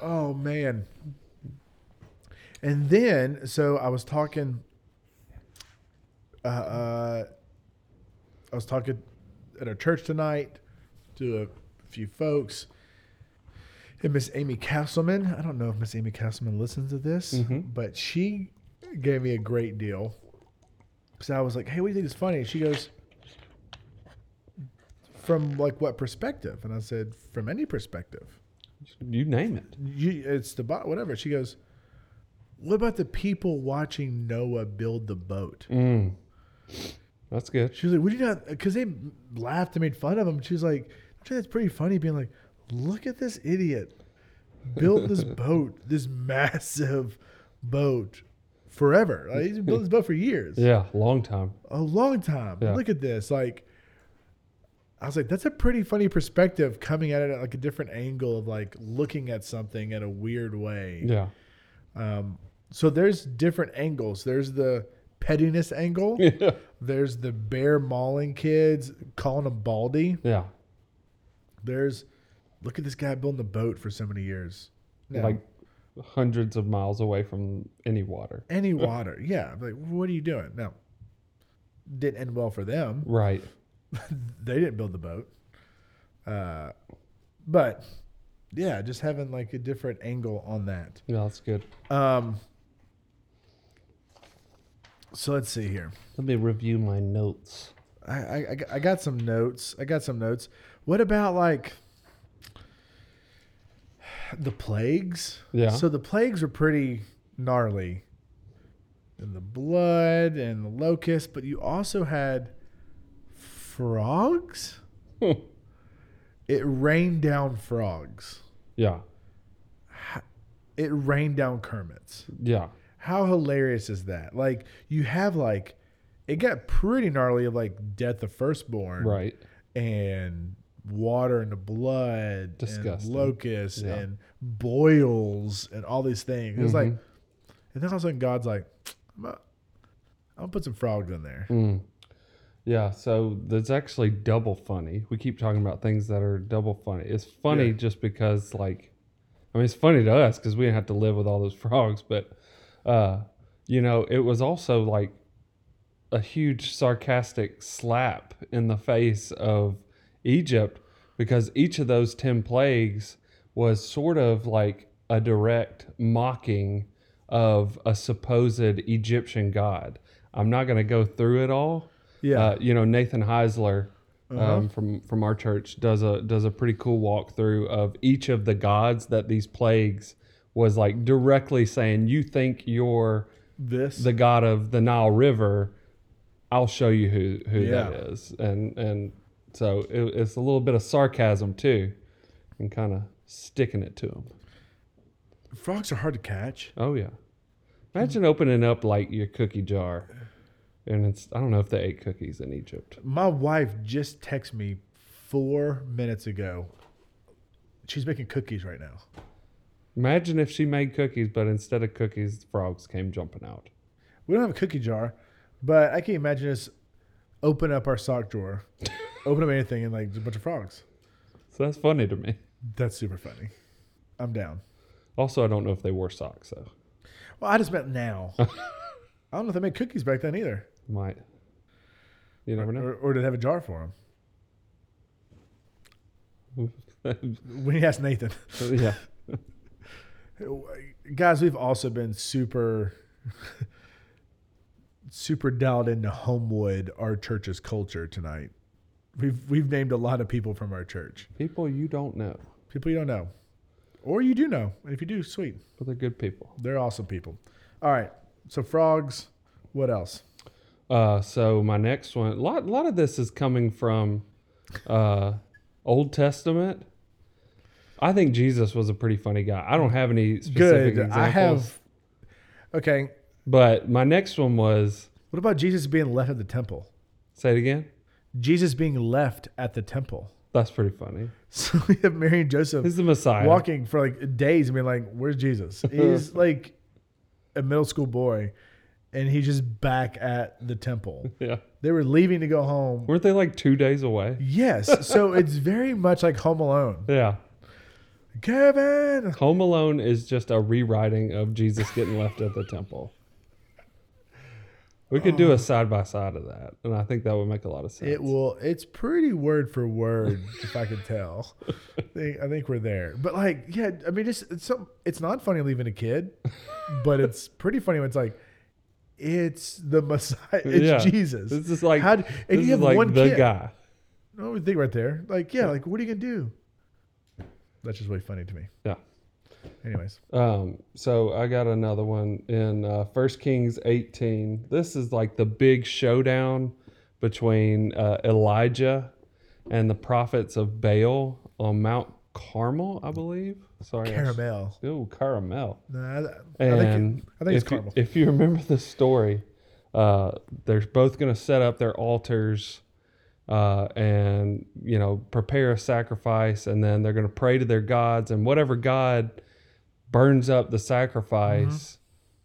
[SPEAKER 1] Oh man. And then, so I was talking. Uh, uh, I was talking at our church tonight to a few folks. And Miss Amy Castleman, I don't know if Miss Amy Castleman listens to this, but she gave me a great deal. So I was like, "Hey, what do you think is funny?" And she goes, "From like what perspective?" And I said, "From any perspective.
[SPEAKER 2] you name it.
[SPEAKER 1] You, it's the bot, whatever." She goes, What about the people watching Noah build the boat?
[SPEAKER 2] Mm. That's good.
[SPEAKER 1] She was like, "Would you not?" Because they laughed and made fun of him. She was like, "Actually, that's pretty funny." Being like, "Look at this idiot built this boat, this massive boat, forever. Like, he's built this boat for years,
[SPEAKER 2] Yeah, long time.
[SPEAKER 1] a long time.
[SPEAKER 2] Yeah.
[SPEAKER 1] Look at this." Like, I was like, "That's a pretty funny perspective coming at it at like a different angle of like looking at something in a weird way."
[SPEAKER 2] Yeah. [LAUGHS]
[SPEAKER 1] Um, so there's different angles. There's the pettiness angle.
[SPEAKER 2] Yeah.
[SPEAKER 1] There's the bear mauling kids, calling them baldy.
[SPEAKER 2] Yeah.
[SPEAKER 1] There's, look at this guy building a boat for so many years. Now,
[SPEAKER 2] Like hundreds of miles away from any water.
[SPEAKER 1] any water. Yeah. I'm Like, what are you doing? No. Didn't end well for them.
[SPEAKER 2] Right.
[SPEAKER 1] they didn't build the boat. Uh, but yeah, just having like a different angle on that.
[SPEAKER 2] Yeah, that's good.
[SPEAKER 1] Um, so let's see here.
[SPEAKER 2] Let me review my notes.
[SPEAKER 1] I, I, I got- I got some notes. I got some notes. What about like the plagues?
[SPEAKER 2] Yeah.
[SPEAKER 1] So the plagues were pretty gnarly. And the blood and the locust, but you also had frogs? It rained down frogs.
[SPEAKER 2] [LAUGHS] yeah.
[SPEAKER 1] It rained down Kermit's.
[SPEAKER 2] Yeah.
[SPEAKER 1] How hilarious is that? Like you have like it got pretty gnarly of like death of firstborn.
[SPEAKER 2] Right.
[SPEAKER 1] and water and the blood
[SPEAKER 2] Disgusting.
[SPEAKER 1] and locusts
[SPEAKER 2] Yeah.
[SPEAKER 1] and boils and all these things. It was like, and
[SPEAKER 2] Mm-hmm.
[SPEAKER 1] then all of a sudden God's like, I'm gonna, I'm gonna put some frogs in there.
[SPEAKER 2] Mm. Yeah, so that's actually double funny. We keep talking about things that are double funny. It's funny
[SPEAKER 1] Yeah.
[SPEAKER 2] just because, like, I mean, it's funny to us because we didn't have to live with all those [LAUGHS] frogs, but, uh, you know, it was also like a huge sarcastic slap in the face of Egypt because each of those 10 plagues was sort of like a direct mocking of a supposed Egyptian god. I'm not going to go through it all.
[SPEAKER 1] Yeah. Uh-huh.
[SPEAKER 2] Uh, you know, Nathan Heisler um, from, from our church does a, does a pretty cool walkthrough of each of the gods that these plagues was like directly saying, you think you're
[SPEAKER 1] this
[SPEAKER 2] the god of the Nile River, I'll show you who who that
[SPEAKER 1] Yeah.
[SPEAKER 2] is. And and so it, it's a little bit of sarcasm too, and kind of sticking it to him.
[SPEAKER 1] frogs are hard to catch.
[SPEAKER 2] Oh yeah, imagine opening up like your cookie jar, and it's I don't know if they ate cookies in Egypt.
[SPEAKER 1] My wife just texted me four minutes ago. She's making cookies right now.
[SPEAKER 2] Imagine if she made cookies, but instead of cookies, frogs came jumping out.
[SPEAKER 1] We don't have a cookie jar, but I can imagine us open up our sock drawer, open up anything, and like there's a bunch of frogs.
[SPEAKER 2] So that's funny to me.
[SPEAKER 1] That's super funny. I'm down.
[SPEAKER 2] Also, I don't know if they wore socks though.
[SPEAKER 1] Well, I just meant now. I don't know if they made cookies back then either,
[SPEAKER 2] Might. You
[SPEAKER 1] [LAUGHS]
[SPEAKER 2] never know.
[SPEAKER 1] or, or did they have a jar for
[SPEAKER 2] yeah.
[SPEAKER 1] them? When you ask Nathan, guys, we've also been super, super dialed into Homewood, our church's culture tonight. We've we've named a lot of people from our church,
[SPEAKER 2] People you don't know,
[SPEAKER 1] people you don't know, or you do know. And if you do, sweet,
[SPEAKER 2] but they're good people.
[SPEAKER 1] they're awesome people. All right, so frogs. What else?
[SPEAKER 2] Uh, so my next one, a lot, lot of this is coming from uh, Old Testament. I think Jesus was a pretty funny guy. I don't have any specific
[SPEAKER 1] Good.
[SPEAKER 2] examples,
[SPEAKER 1] I have. Okay,
[SPEAKER 2] but my next one was
[SPEAKER 1] what about Jesus being left at the temple?
[SPEAKER 2] say it again.
[SPEAKER 1] Jesus being left at the temple. [LAUGHS]
[SPEAKER 2] That's pretty funny.
[SPEAKER 1] So we have Mary and Joseph
[SPEAKER 2] He's the Messiah.
[SPEAKER 1] walking for like days and being like, Where's Jesus? He's like a middle school boy and he's just back at the temple.
[SPEAKER 2] Yeah,
[SPEAKER 1] They were leaving to go home.
[SPEAKER 2] weren't they like two days away?
[SPEAKER 1] Yes. So it's very much like Home Alone.
[SPEAKER 2] Yeah,
[SPEAKER 1] Kevin.
[SPEAKER 2] Home Alone is just a rewriting of Jesus getting left at the temple. We could do a side by side of that, and I think that would make a lot of sense.
[SPEAKER 1] Oh. It will it's pretty word for word, if I could tell. I think, I think we're there. But like, yeah, I mean it's it's some it's not funny leaving a kid, but it's pretty funny when it's like it's the Messiah. It's
[SPEAKER 2] Yeah.
[SPEAKER 1] Jesus.
[SPEAKER 2] This is like
[SPEAKER 1] How d-
[SPEAKER 2] this
[SPEAKER 1] and you
[SPEAKER 2] is
[SPEAKER 1] have
[SPEAKER 2] like
[SPEAKER 1] one
[SPEAKER 2] the
[SPEAKER 1] kid.
[SPEAKER 2] guy.
[SPEAKER 1] No, we think right there. Like, yeah, like what are you gonna do? That's just really funny to me.
[SPEAKER 2] Yeah.
[SPEAKER 1] Anyways,
[SPEAKER 2] Um, so I got another one in uh, 1 Kings 18. This is like the big showdown between uh, Elijah and the prophets of Baal on Mount Carmel, I believe. Sorry. I-
[SPEAKER 1] caramel.
[SPEAKER 2] Ooh, Carmel.
[SPEAKER 1] No, I, I
[SPEAKER 2] And
[SPEAKER 1] think, it- I think it's
[SPEAKER 2] if you-
[SPEAKER 1] caramel.
[SPEAKER 2] if you remember the story, uh, they're both going to set up their altars uh, and, you know, prepare a sacrifice. And then they're going to pray to their gods. And whatever God burns up the sacrifice,
[SPEAKER 1] Mm-hmm.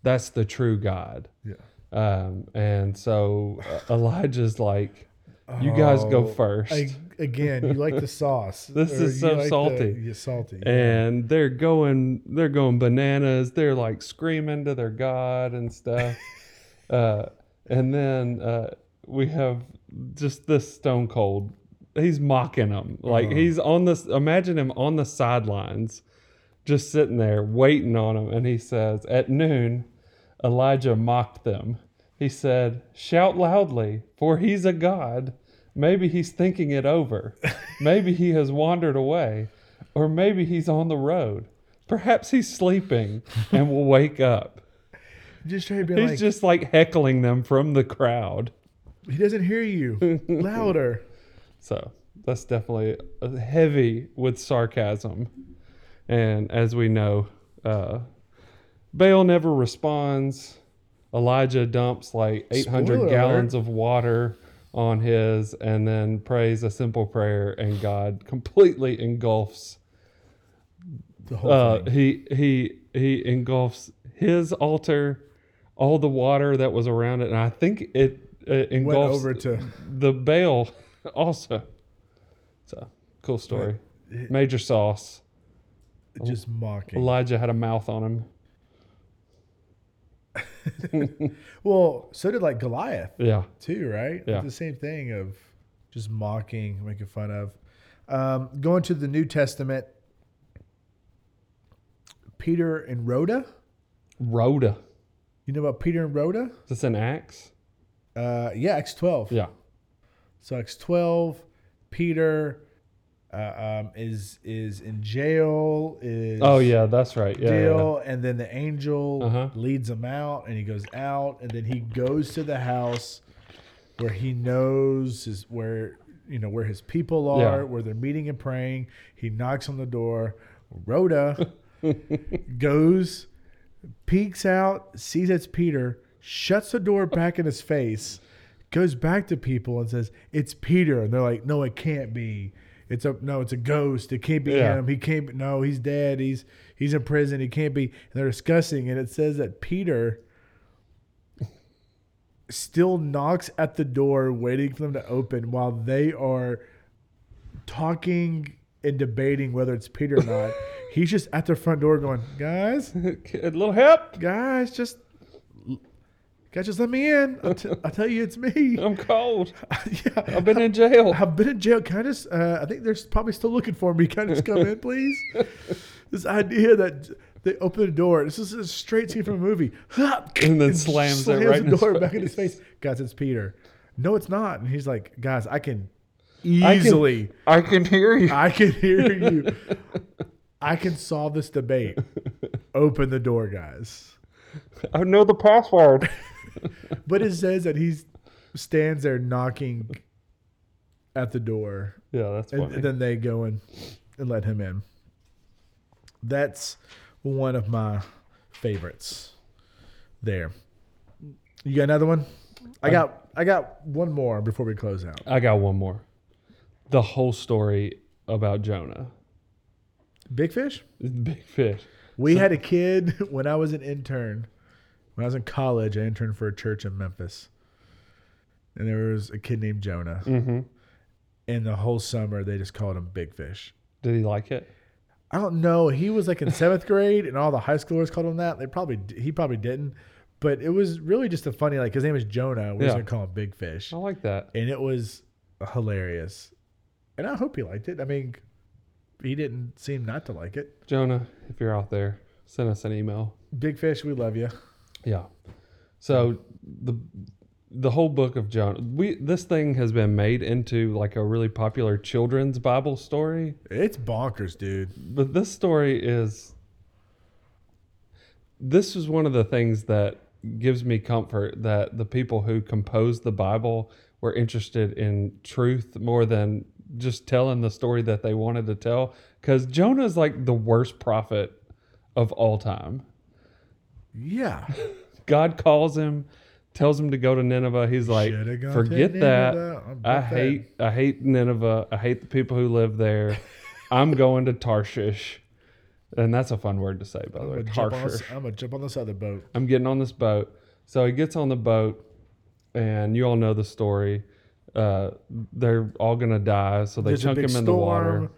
[SPEAKER 2] that's the true God.
[SPEAKER 1] Yeah.
[SPEAKER 2] Um, and so uh, Elijah's like, you guys go
[SPEAKER 1] Oh,
[SPEAKER 2] first.
[SPEAKER 1] I, again, you like the sauce.
[SPEAKER 2] [LAUGHS] This
[SPEAKER 1] or
[SPEAKER 2] is
[SPEAKER 1] you
[SPEAKER 2] so
[SPEAKER 1] like the-
[SPEAKER 2] salty.
[SPEAKER 1] yeah, salty.
[SPEAKER 2] and they're going they're going bananas they're like screaming to their god and stuff uh, and then uh, we have just this stone cold he's mocking them like he's on this imagine him on the sidelines just sitting there waiting on him and he says at noon elijah mocked them he said shout loudly for he's a god maybe he's thinking it over maybe he has wandered away or maybe he's on the road perhaps he's sleeping and will wake up
[SPEAKER 1] just trying to be
[SPEAKER 2] [LAUGHS] he's
[SPEAKER 1] like,
[SPEAKER 2] just like heckling them from the crowd
[SPEAKER 1] he doesn't hear
[SPEAKER 2] [LAUGHS]
[SPEAKER 1] you. Louder.
[SPEAKER 2] So that's definitely heavy with sarcasm. And as we know, uh, Baal never responds. Elijah dumps like 800
[SPEAKER 1] Spoiler
[SPEAKER 2] gallons of water on his and then prays a simple prayer, and God completely engulfs.
[SPEAKER 1] The whole
[SPEAKER 2] Uh,
[SPEAKER 1] thing.
[SPEAKER 2] he he he engulfs his altar, all the water that was around it, and I think it, it
[SPEAKER 1] Went
[SPEAKER 2] engulfs
[SPEAKER 1] over to.
[SPEAKER 2] [LAUGHS] the bail also. So cool story.
[SPEAKER 1] it-
[SPEAKER 2] Major sauce.
[SPEAKER 1] Just mocking.
[SPEAKER 2] Elijah had a mouth on him.
[SPEAKER 1] Well, so did like Goliath.
[SPEAKER 2] Yeah.
[SPEAKER 1] too, right?
[SPEAKER 2] Yeah.
[SPEAKER 1] The same thing of just mocking, making fun of. Um, going to the New Testament, Peter and Rhoda.
[SPEAKER 2] Rhoda.
[SPEAKER 1] You know about Peter and Rhoda?
[SPEAKER 2] Is this an axe?
[SPEAKER 1] Uh, yeah, Acts 12.
[SPEAKER 2] Yeah.
[SPEAKER 1] So Acts 12, Peter uh, um, is is in jail. Is
[SPEAKER 2] Oh yeah, that's right. Yeah. yeah, yeah.
[SPEAKER 1] deal, and then the angel
[SPEAKER 2] Uh-huh.
[SPEAKER 1] leads him out, and he goes out, and then he goes to the house where he knows is where you know where his people
[SPEAKER 2] Yeah.
[SPEAKER 1] are, where they're meeting and praying. He knocks on the door.
[SPEAKER 2] [LAUGHS]
[SPEAKER 1] Rhoda goes, peeks out, sees it's Peter, shuts the door back in his face, goes back to people and says, "It's Peter," and they're like, "No, it can't be." It's a no. It's a ghost. It can't be
[SPEAKER 2] Yeah.
[SPEAKER 1] him. He can't. Be, no, he's dead. He's he's in prison. He can't be. And they're discussing, and it says that Peter still knocks at the door, waiting for them to open, while they are talking and debating whether it's Peter or not. he's just at the front door, going, "Guys,
[SPEAKER 2] a little help.
[SPEAKER 1] guys, just guys, just let me in. I'll, t- I'll tell you, it's
[SPEAKER 2] [LAUGHS]
[SPEAKER 1] me. [LAUGHS]
[SPEAKER 2] I'm cold.
[SPEAKER 1] yeah,
[SPEAKER 2] I've been in jail.
[SPEAKER 1] I've been in jail. Can I just? Uh, I think they're probably still looking for me. Can I just come
[SPEAKER 2] [LAUGHS]
[SPEAKER 1] in, please? this idea that they open the door. This is a straight scene from a movie. [LAUGHS]
[SPEAKER 2] And then slams it right in
[SPEAKER 1] the
[SPEAKER 2] his
[SPEAKER 1] door back in his
[SPEAKER 2] face.
[SPEAKER 1] face. Guys, it's Peter. No, it's not. And he's like, guys, I can
[SPEAKER 2] I can-
[SPEAKER 1] easily.
[SPEAKER 2] [LAUGHS] I can hear you.
[SPEAKER 1] I can hear you. I can solve this
[SPEAKER 2] [LAUGHS]
[SPEAKER 1] debate. Open the door, guys.
[SPEAKER 2] I know the password.
[SPEAKER 1] But it says that he stands there knocking at the door,
[SPEAKER 2] [LAUGHS] Yeah, that's
[SPEAKER 1] and,
[SPEAKER 2] funny.
[SPEAKER 1] then they go in and let him in. That's one of my favorites. There, you got another one? I got I got one more before we close out.
[SPEAKER 2] I got one more. The whole story about Jonah.
[SPEAKER 1] Big fish.
[SPEAKER 2] Big fish.
[SPEAKER 1] We had a kid [LAUGHS] when I was an intern. When I was in college, I interned for a church in Memphis. And there was a kid named Jonah.
[SPEAKER 2] Mm-hmm.
[SPEAKER 1] And the whole summer, they just called him Big Fish.
[SPEAKER 2] Did he like it?
[SPEAKER 1] I don't know. He was
[SPEAKER 2] [LAUGHS]
[SPEAKER 1] like in seventh grade, and all the high schoolers called him that. They probably he probably didn't, but it was really just a funny like his name is Jonah. We're just
[SPEAKER 2] Yeah. Oh.
[SPEAKER 1] gonna call him Big Fish,
[SPEAKER 2] I like that.
[SPEAKER 1] and it was hilarious. And I hope he liked it. I mean, he didn't seem not to like it.
[SPEAKER 2] Jonah, if you're out there, send us an email.
[SPEAKER 1] Big Fish, we love you.
[SPEAKER 2] Yeah. So the the whole book of Jonah, we this thing has been made into like a really popular children's Bible story,
[SPEAKER 1] It's bonkers, dude.
[SPEAKER 2] but this story is this is one of the things that gives me comfort that the people who composed the Bible were interested in truth more than just telling the story that they wanted to tell. Because Jonah is like the worst prophet of all time.
[SPEAKER 1] Yeah.
[SPEAKER 2] God calls him, tells him to go to Nineveh. He's like,
[SPEAKER 1] Shoulda gone to
[SPEAKER 2] forget that.
[SPEAKER 1] Nineveh. I'm
[SPEAKER 2] I
[SPEAKER 1] with that."
[SPEAKER 2] hate, I hate Nineveh. I hate the people who
[SPEAKER 1] [LAUGHS]
[SPEAKER 2] live there. I'm going to Tarshish, and that's a fun word to say, by the way.
[SPEAKER 1] I'm gonna jump on this-
[SPEAKER 2] Tarshish.
[SPEAKER 1] I'm gonna jump on this other boat.
[SPEAKER 2] I'm getting on this boat. So he gets on the boat, and you all know the story. Uh, they're all gonna die, so they
[SPEAKER 1] There's a
[SPEAKER 2] chunk him
[SPEAKER 1] big
[SPEAKER 2] in the water.
[SPEAKER 1] storm.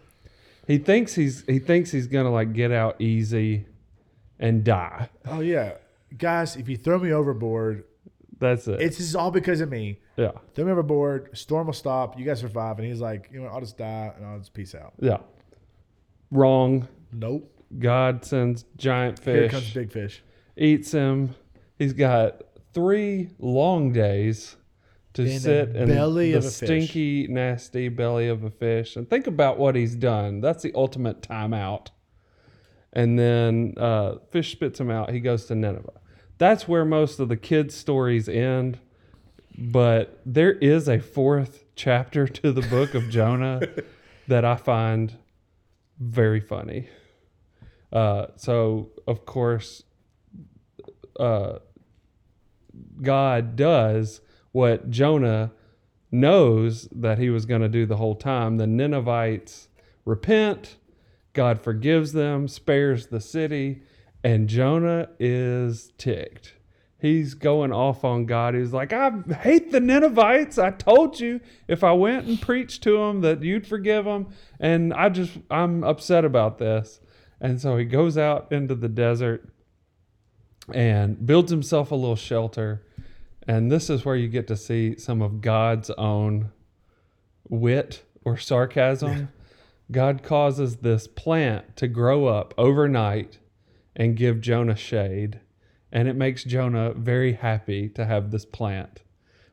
[SPEAKER 2] He thinks he's he thinks he's gonna like get out easy, and die.
[SPEAKER 1] Oh yeah, guys, if you throw me overboard,
[SPEAKER 2] That's it.
[SPEAKER 1] it's this is all because of me.
[SPEAKER 2] yeah,
[SPEAKER 1] Throw me overboard, storm will stop, you guys survive, and he's like, you know, what, I'll just die and I'll just peace out.
[SPEAKER 2] yeah. Wrong.
[SPEAKER 1] Nope.
[SPEAKER 2] God sends giant
[SPEAKER 1] Here
[SPEAKER 2] fish,
[SPEAKER 1] comes big fish.
[SPEAKER 2] eats him. He's got three long days to
[SPEAKER 1] the
[SPEAKER 2] sit in
[SPEAKER 1] belly
[SPEAKER 2] the
[SPEAKER 1] of a fish.
[SPEAKER 2] stinky, nasty belly of a fish and think about what he's done. That's the ultimate timeout. And then uh, fish spits him out. He goes to Nineveh. That's where most of the kids' stories end. But there is a fourth chapter to the book
[SPEAKER 1] [LAUGHS]
[SPEAKER 2] of Jonah that I find very funny. Uh, so, of course, uh, God does what Jonah knows that he was going to do the whole time. The Ninevites repent, God forgives them, spares the city, and Jonah is ticked. He's going off on God. He's like, I hate the Ninevites. I told you if I went and preached to them that you'd forgive them. And I just, I'm upset about this. And so he goes out into the desert and builds himself a little shelter. And this is where you get to see some of God's own wit or sarcasm. God causes this plant to grow up overnight and give Jonah shade. And it makes Jonah very happy to have this plant.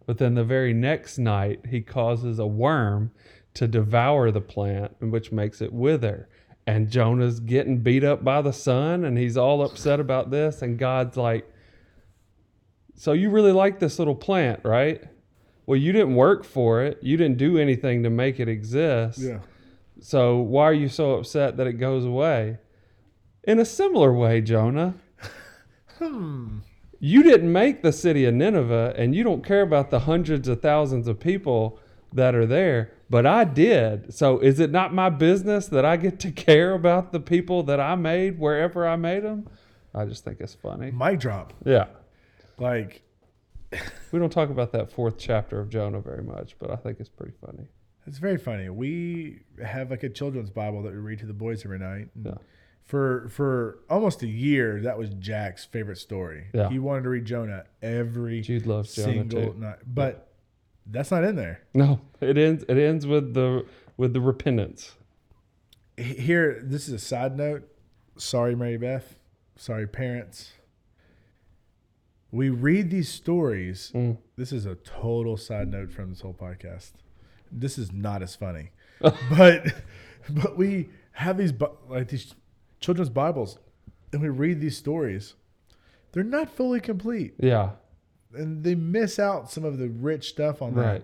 [SPEAKER 2] But then the very next night, he causes a worm to devour the plant, which makes it wither. And Jonah's getting beat up by the sun, and he's all upset about this. And God's like, So you really like this little plant, right? Well, you didn't work for it, you didn't do anything to make it exist.
[SPEAKER 1] Yeah.
[SPEAKER 2] So why are you so upset that it goes away? In a similar way, Jonah,
[SPEAKER 1] [LAUGHS] Hmm.
[SPEAKER 2] you didn't make the city of Nineveh and you don't care about the hundreds of thousands of people that are there, but I did. So is it not my business that I get to [LAUGHS] care about the people that I made wherever I made them? I just think it's funny.
[SPEAKER 1] Mic drop.
[SPEAKER 2] Yeah.
[SPEAKER 1] Like
[SPEAKER 2] We don't talk about that fourth chapter of Jonah very much, but I think it's pretty funny.
[SPEAKER 1] it's very funny. We have like a children's Bible that we read to the boys every night.
[SPEAKER 2] Yeah.
[SPEAKER 1] For for almost a year, that was Jack's favorite story.
[SPEAKER 2] Yeah.
[SPEAKER 1] He wanted to read Jonah every
[SPEAKER 2] Jude loves Jonah
[SPEAKER 1] single
[SPEAKER 2] too.
[SPEAKER 1] night, but that's not in there.
[SPEAKER 2] No, it ends it ends with the with the repentance.
[SPEAKER 1] H- Here, this is a side note. Sorry, Mary Beth. Sorry, parents. We read these stories.
[SPEAKER 2] Mm.
[SPEAKER 1] This is a total side note from this whole podcast. This is not as
[SPEAKER 2] [LAUGHS]
[SPEAKER 1] funny, but but we have these Bi- like these children's Bibles, and we read these stories. They're not fully complete,
[SPEAKER 2] Yeah.
[SPEAKER 1] and they miss out some of the rich stuff on
[SPEAKER 2] Right.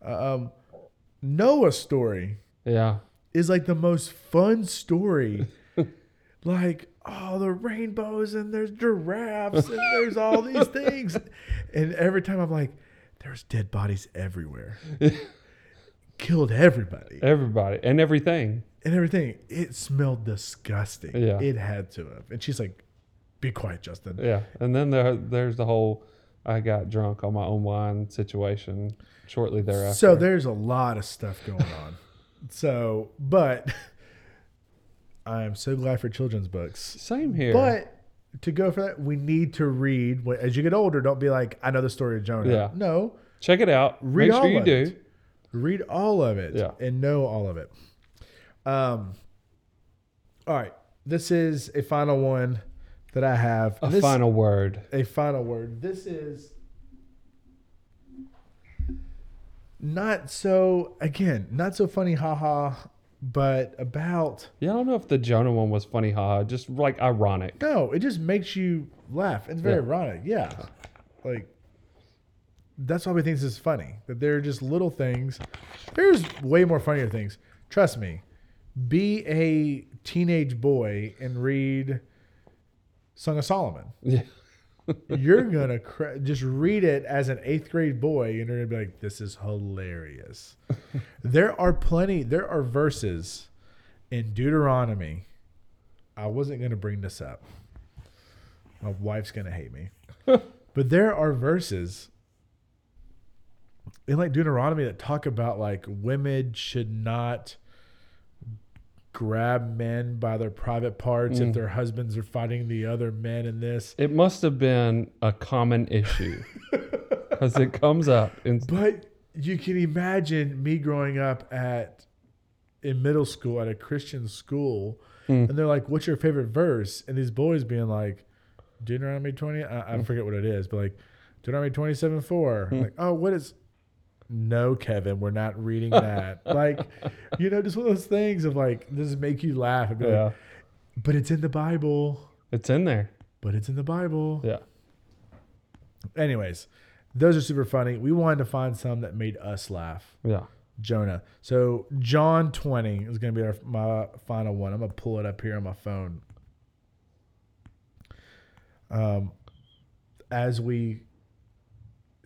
[SPEAKER 1] that. Um, Noah's story
[SPEAKER 2] Yeah.
[SPEAKER 1] is like the most fun story. [LAUGHS] like, oh, the rainbows and there's giraffes and there's all
[SPEAKER 2] [LAUGHS]
[SPEAKER 1] these things. And every time I'm like, there's dead bodies everywhere. Killed everybody
[SPEAKER 2] Everybody and everything.
[SPEAKER 1] and everything. It smelled disgusting.
[SPEAKER 2] Yeah.
[SPEAKER 1] It had to have. And she's like, be quiet, Justin.
[SPEAKER 2] Yeah, and then there, there's the whole I got drunk on my own wine situation shortly thereafter.
[SPEAKER 1] So there's a lot of stuff going on. so, but [LAUGHS] I am so glad for children's books.
[SPEAKER 2] same here.
[SPEAKER 1] But to go for that, we need to read. wh- As you get older, don't be like, I know the story of Jonah.
[SPEAKER 2] Yeah.
[SPEAKER 1] No,
[SPEAKER 2] Check it out.
[SPEAKER 1] read
[SPEAKER 2] Make sure
[SPEAKER 1] all
[SPEAKER 2] you
[SPEAKER 1] of
[SPEAKER 2] do.
[SPEAKER 1] it. read all of it
[SPEAKER 2] Yeah.
[SPEAKER 1] and know all of it. Um. All right. This is a final one that I have.
[SPEAKER 2] A
[SPEAKER 1] This-
[SPEAKER 2] final word.
[SPEAKER 1] a final word. This is not so again, not so funny haha but about
[SPEAKER 2] Yeah, I don't know if the Jonah one was funny, haha. Just like ironic.
[SPEAKER 1] no, it just makes you laugh. It's very
[SPEAKER 2] Yeah.
[SPEAKER 1] ironic. Yeah, like that's why we think this is funny. That there are just little things. There's way more funnier things. Trust me. Be a teenage boy and read Song of Solomon.
[SPEAKER 2] Yeah,
[SPEAKER 1] [LAUGHS] you're gonna cra- just read it as an eighth grade boy and you're gonna be like this is
[SPEAKER 2] [LAUGHS]
[SPEAKER 1] hilarious there are plenty there are verses in deuteronomy i wasn't gonna bring this up my wife's gonna hate me but there are verses in like deuteronomy that talk about like women should not grab men by their private parts if their husbands are fighting the other men in this
[SPEAKER 2] it must have been a common
[SPEAKER 1] [LAUGHS]
[SPEAKER 2] issue because it comes up in
[SPEAKER 1] But you can imagine me growing up at in middle school at a Christian school,
[SPEAKER 2] Hmm.
[SPEAKER 1] and they're like, "What's your favorite verse?" And these boys being like, "Deuteronomy 20." I,
[SPEAKER 2] Hmm.
[SPEAKER 1] I forget what it is, but like Deuteronomy 27 4. Like, oh, what is? No, Kevin, we're not
[SPEAKER 2] [LAUGHS]
[SPEAKER 1] reading that. like, you know, just one of those things of like, just make you laugh. And be
[SPEAKER 2] yeah,
[SPEAKER 1] like, but it's in the Bible.
[SPEAKER 2] it's in there.
[SPEAKER 1] But it's in the Bible
[SPEAKER 2] Yeah,
[SPEAKER 1] anyways, those are super funny. We wanted to find some that made us laugh.
[SPEAKER 2] yeah.
[SPEAKER 1] Jonah. So John 20 is going to be our, my final one. I'm going to pull it up here on my phone. Um, as we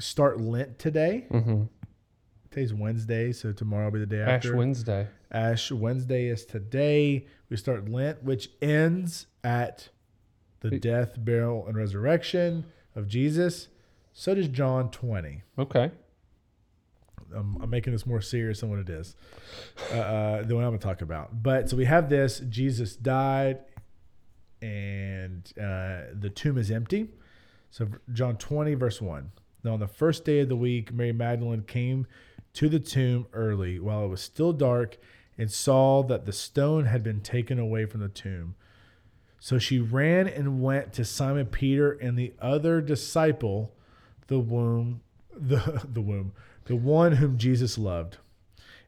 [SPEAKER 1] start Lent today,
[SPEAKER 2] Mm-hmm.
[SPEAKER 1] today's Wednesday, so tomorrow will be the day
[SPEAKER 2] Ash
[SPEAKER 1] after.
[SPEAKER 2] Wednesday.
[SPEAKER 1] Ash Wednesday is today. We start Lent, which ends at the
[SPEAKER 2] It-
[SPEAKER 1] death, burial, and resurrection of Jesus. So does John 20.
[SPEAKER 2] Okay.
[SPEAKER 1] I'm, I'm making this more serious than what it is, uh, uh, than what I'm going to talk about. But so we have this Jesus died, and uh, the tomb is empty. So John 20, verse 1. Now, on the first day of the week, Mary Magdalene came to the tomb early while it was still dark and saw that the stone had been taken away from the tomb. So she ran and went to Simon Peter and the other disciple, the womb, the, [LAUGHS] the womb, the one whom Jesus loved,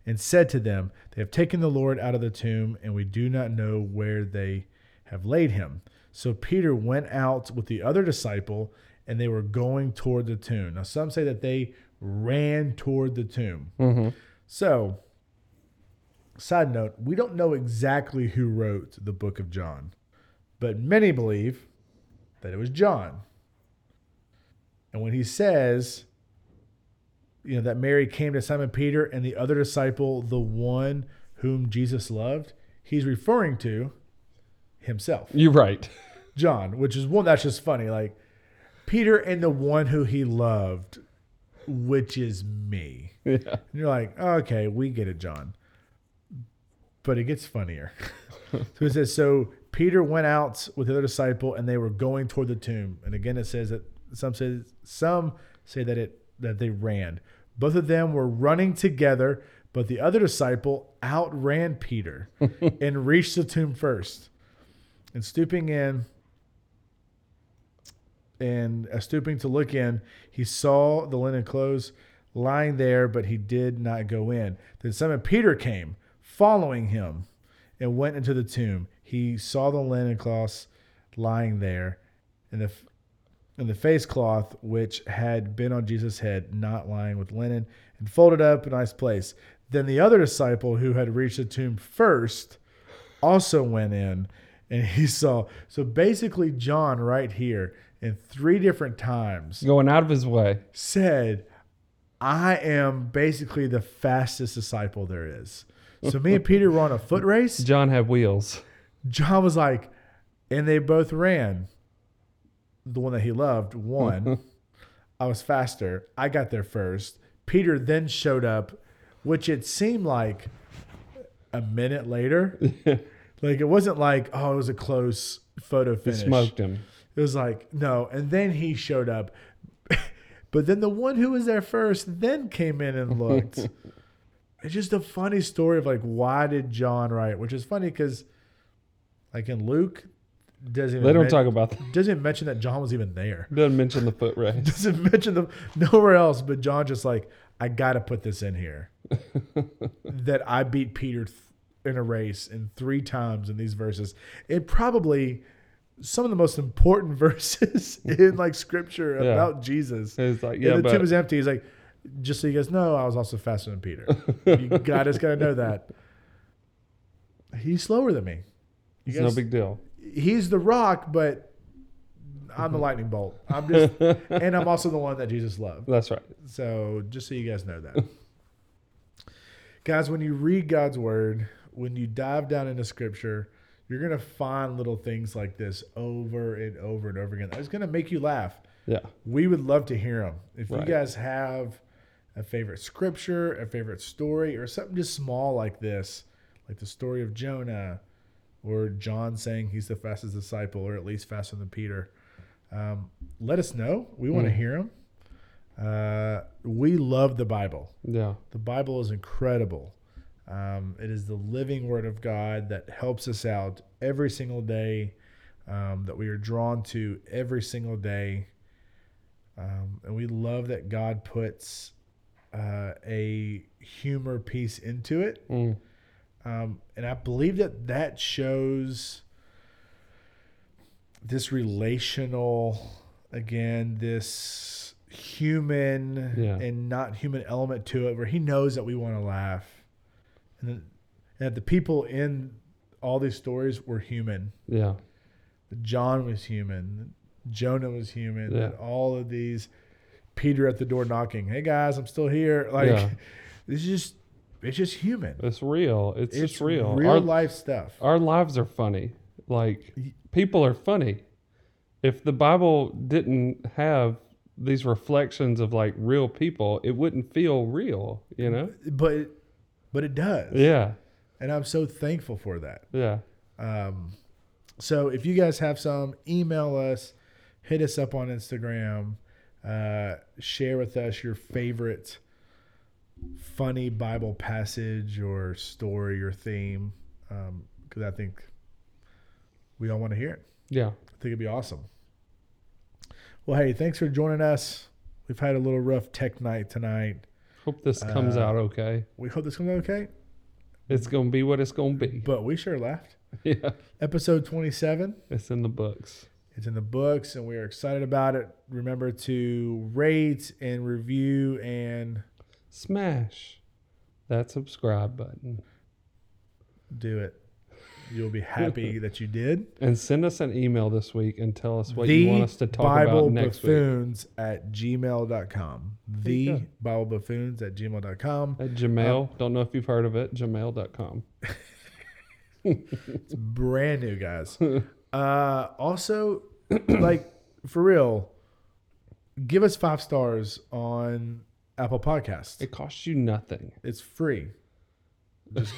[SPEAKER 1] and said to them, They have taken the Lord out of the tomb, and we do not know where they have laid him. So Peter went out with the other disciple, and they were going toward the tomb. Now, some say that they ran toward the tomb. So, side note, we don't know exactly who wrote the book of John, but many believe that it was John. And when he says, you know, that Mary came to Simon Peter and the other disciple, the one whom Jesus loved, he's referring to himself,
[SPEAKER 2] You're right. [LAUGHS]
[SPEAKER 1] John, which is one that's just funny. Like, Peter and the one who he loved, which is me.
[SPEAKER 2] Yeah.
[SPEAKER 1] And you're like, oh, okay, we get it, John. But it gets funnier. [LAUGHS] so it says, so Peter went out with the other disciple, and they were going toward the tomb. And again, it says that some say some say that it that they ran. Both of them were running together, but the other disciple outran Peter and reached the tomb first. And stooping in, and uh, stooping to look in, he saw the linen clothes lying there, but he did not go in. Then Simon Peter came, following him, and went into the tomb. He saw the linen cloths lying there, and the f- and the face cloth which had been on Jesus' head, not lying with linen, and folded up in a nice place. Then the other disciple who had reached the tomb first also went in and he [LAUGHS] saw. So basically, John, right here, in three different times,
[SPEAKER 2] Going out of his way.
[SPEAKER 1] said, I am basically the fastest disciple there is. So me and Peter were on a foot race.
[SPEAKER 2] John had wheels.
[SPEAKER 1] John was like, and they both ran. The one that he loved won. I was faster. I got there first. Peter then showed up, which it seemed like a minute later. like it wasn't like, oh, it was a close photo finish.
[SPEAKER 2] Smoked him.
[SPEAKER 1] It was like, no. And then he showed up. [LAUGHS] but then the one who was there first then came in and
[SPEAKER 2] [LAUGHS]
[SPEAKER 1] looked. it's just a funny story of like, why did John write? Which is funny because, like in Luke, doesn't even
[SPEAKER 2] They don't
[SPEAKER 1] men-
[SPEAKER 2] talk about that.
[SPEAKER 1] doesn't even mention that John was even there.
[SPEAKER 2] Doesn't mention the foot
[SPEAKER 1] [LAUGHS]
[SPEAKER 2] race.
[SPEAKER 1] Doesn't mention them nowhere else. But
[SPEAKER 2] [LAUGHS]
[SPEAKER 1] John just like, I gotta put this in here that I beat Peter th- in a race in three times in these verses. It probably some of the most important [LAUGHS] verses in like scripture
[SPEAKER 2] Yeah.
[SPEAKER 1] about Jesus.
[SPEAKER 2] It's like,
[SPEAKER 1] Yeah,
[SPEAKER 2] yeah,
[SPEAKER 1] the
[SPEAKER 2] but
[SPEAKER 1] tomb is empty. He's like, just so you guys know, I was also faster than
[SPEAKER 2] [LAUGHS]
[SPEAKER 1] Peter. you got just gotta know that. He's slower than me. You
[SPEAKER 2] it's no
[SPEAKER 1] guys-
[SPEAKER 2] big deal.
[SPEAKER 1] he's the rock, but
[SPEAKER 2] [LAUGHS]
[SPEAKER 1] I'm the lightning bolt. I'm just, and I'm also the one that Jesus loved.
[SPEAKER 2] That's right.
[SPEAKER 1] So just so you guys know that. [LAUGHS] guys, when you read God's word, when you dive down into scripture, you're going to find little things like this over and over and over again. It's going to make you laugh.
[SPEAKER 2] Yeah.
[SPEAKER 1] We would love to hear them. If you
[SPEAKER 2] Right.
[SPEAKER 1] guys have a favorite scripture, a favorite story, or something just small like this, like the story of Jonah or John saying he's the fastest disciple or at least faster than Peter, um, let us know. We want to
[SPEAKER 2] Mm.
[SPEAKER 1] hear them. Uh, we love the Bible.
[SPEAKER 2] Yeah.
[SPEAKER 1] The Bible is incredible. Um, it is the living Word of God that helps us out every single day, um, that we are drawn to every single day. Um, and we love that God puts uh, a humor piece into it.
[SPEAKER 2] Mm.
[SPEAKER 1] Um, and I believe that that shows this relational, again, this human
[SPEAKER 2] Yeah.
[SPEAKER 1] and not human element to it, where he knows that we want to laugh, and, then, and that the people in all these stories were human.
[SPEAKER 2] Yeah.
[SPEAKER 1] That John was human. that Jonah was human.
[SPEAKER 2] Yeah.
[SPEAKER 1] That all of these, Peter at the door knocking, "Hey guys, I'm still here." [LAUGHS] Like,
[SPEAKER 2] Yeah.
[SPEAKER 1] it's just, it's just human.
[SPEAKER 2] It's real. It's,
[SPEAKER 1] It's
[SPEAKER 2] just real.
[SPEAKER 1] real
[SPEAKER 2] Our-
[SPEAKER 1] life stuff.
[SPEAKER 2] our lives are funny. Like
[SPEAKER 1] Y-
[SPEAKER 2] people are funny. If the Bible didn't have these reflections of like real people, it wouldn't feel real, you know?
[SPEAKER 1] but but it does
[SPEAKER 2] Yeah.
[SPEAKER 1] and i'm so thankful for that
[SPEAKER 2] Yeah.
[SPEAKER 1] um, so if you guys have some email us hit us up on instagram uh, share with us your favorite funny bible passage or story or theme because i think we all want to hear it
[SPEAKER 2] Yeah.
[SPEAKER 1] I think it'd be awesome. Well, hey, thanks for joining us. We've had a little rough tech night tonight.
[SPEAKER 2] Hope this comes
[SPEAKER 1] Uh,
[SPEAKER 2] out okay.
[SPEAKER 1] We hope this comes out okay,
[SPEAKER 2] It's gonna be what it's gonna be. [LAUGHS]
[SPEAKER 1] but we sure laughed.
[SPEAKER 2] Yeah.
[SPEAKER 1] episode 27
[SPEAKER 2] It's in the books.
[SPEAKER 1] it's in the books and we are excited about it remember to rate and review and
[SPEAKER 2] Smash that subscribe button.
[SPEAKER 1] do it you'll be
[SPEAKER 2] [LAUGHS]
[SPEAKER 1] happy that you did
[SPEAKER 2] And send us an email this week and tell us what
[SPEAKER 1] the
[SPEAKER 2] you want us to talk
[SPEAKER 1] bible
[SPEAKER 2] about next week.
[SPEAKER 1] buffoons at gmail.com the
[SPEAKER 2] you go.
[SPEAKER 1] bible buffoons at gmail.com
[SPEAKER 2] At Gmail. Don't know if you've heard of it. Gmail.com.
[SPEAKER 1] it's brand new
[SPEAKER 2] [LAUGHS]
[SPEAKER 1] guys uh also like for real give us five stars on apple podcasts
[SPEAKER 2] It costs you nothing.
[SPEAKER 1] It's free. Just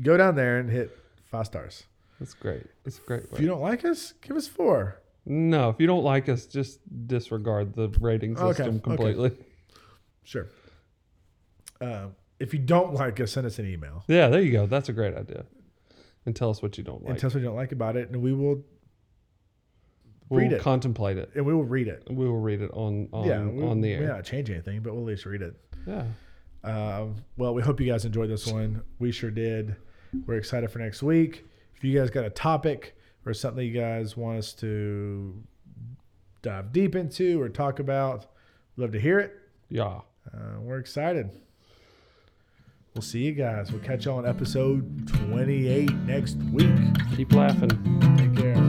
[SPEAKER 1] go down there and hit five stars.
[SPEAKER 2] That's great. That's a great.
[SPEAKER 1] If
[SPEAKER 2] way.
[SPEAKER 1] you don't like us, give us four.
[SPEAKER 2] no, if you don't like us, just disregard the rating
[SPEAKER 1] Okay,
[SPEAKER 2] system
[SPEAKER 1] okay.
[SPEAKER 2] completely. [LAUGHS]
[SPEAKER 1] Sure. Uh, if you don't like us, send us an email
[SPEAKER 2] Yeah, there you go. That's a great idea. And tell us what you don't
[SPEAKER 1] and
[SPEAKER 2] like.
[SPEAKER 1] tell us what you don't like about it, and we will
[SPEAKER 2] we'll
[SPEAKER 1] read it.
[SPEAKER 2] contemplate it.
[SPEAKER 1] and we will read it.
[SPEAKER 2] We will read it on on,
[SPEAKER 1] yeah, we,
[SPEAKER 2] on the
[SPEAKER 1] We're
[SPEAKER 2] air.
[SPEAKER 1] not change anything, but we'll at least read it.
[SPEAKER 2] Yeah.
[SPEAKER 1] Um, well, we hope you guys enjoyed this one. We sure did. We're excited for next week. If you guys got a topic or something you guys want us to dive deep into or talk about, love to hear it.
[SPEAKER 2] Yeah.
[SPEAKER 1] Uh, we're excited. We'll see you guys. We'll catch you on episode 28 next week.
[SPEAKER 2] Keep laughing.
[SPEAKER 1] Take care.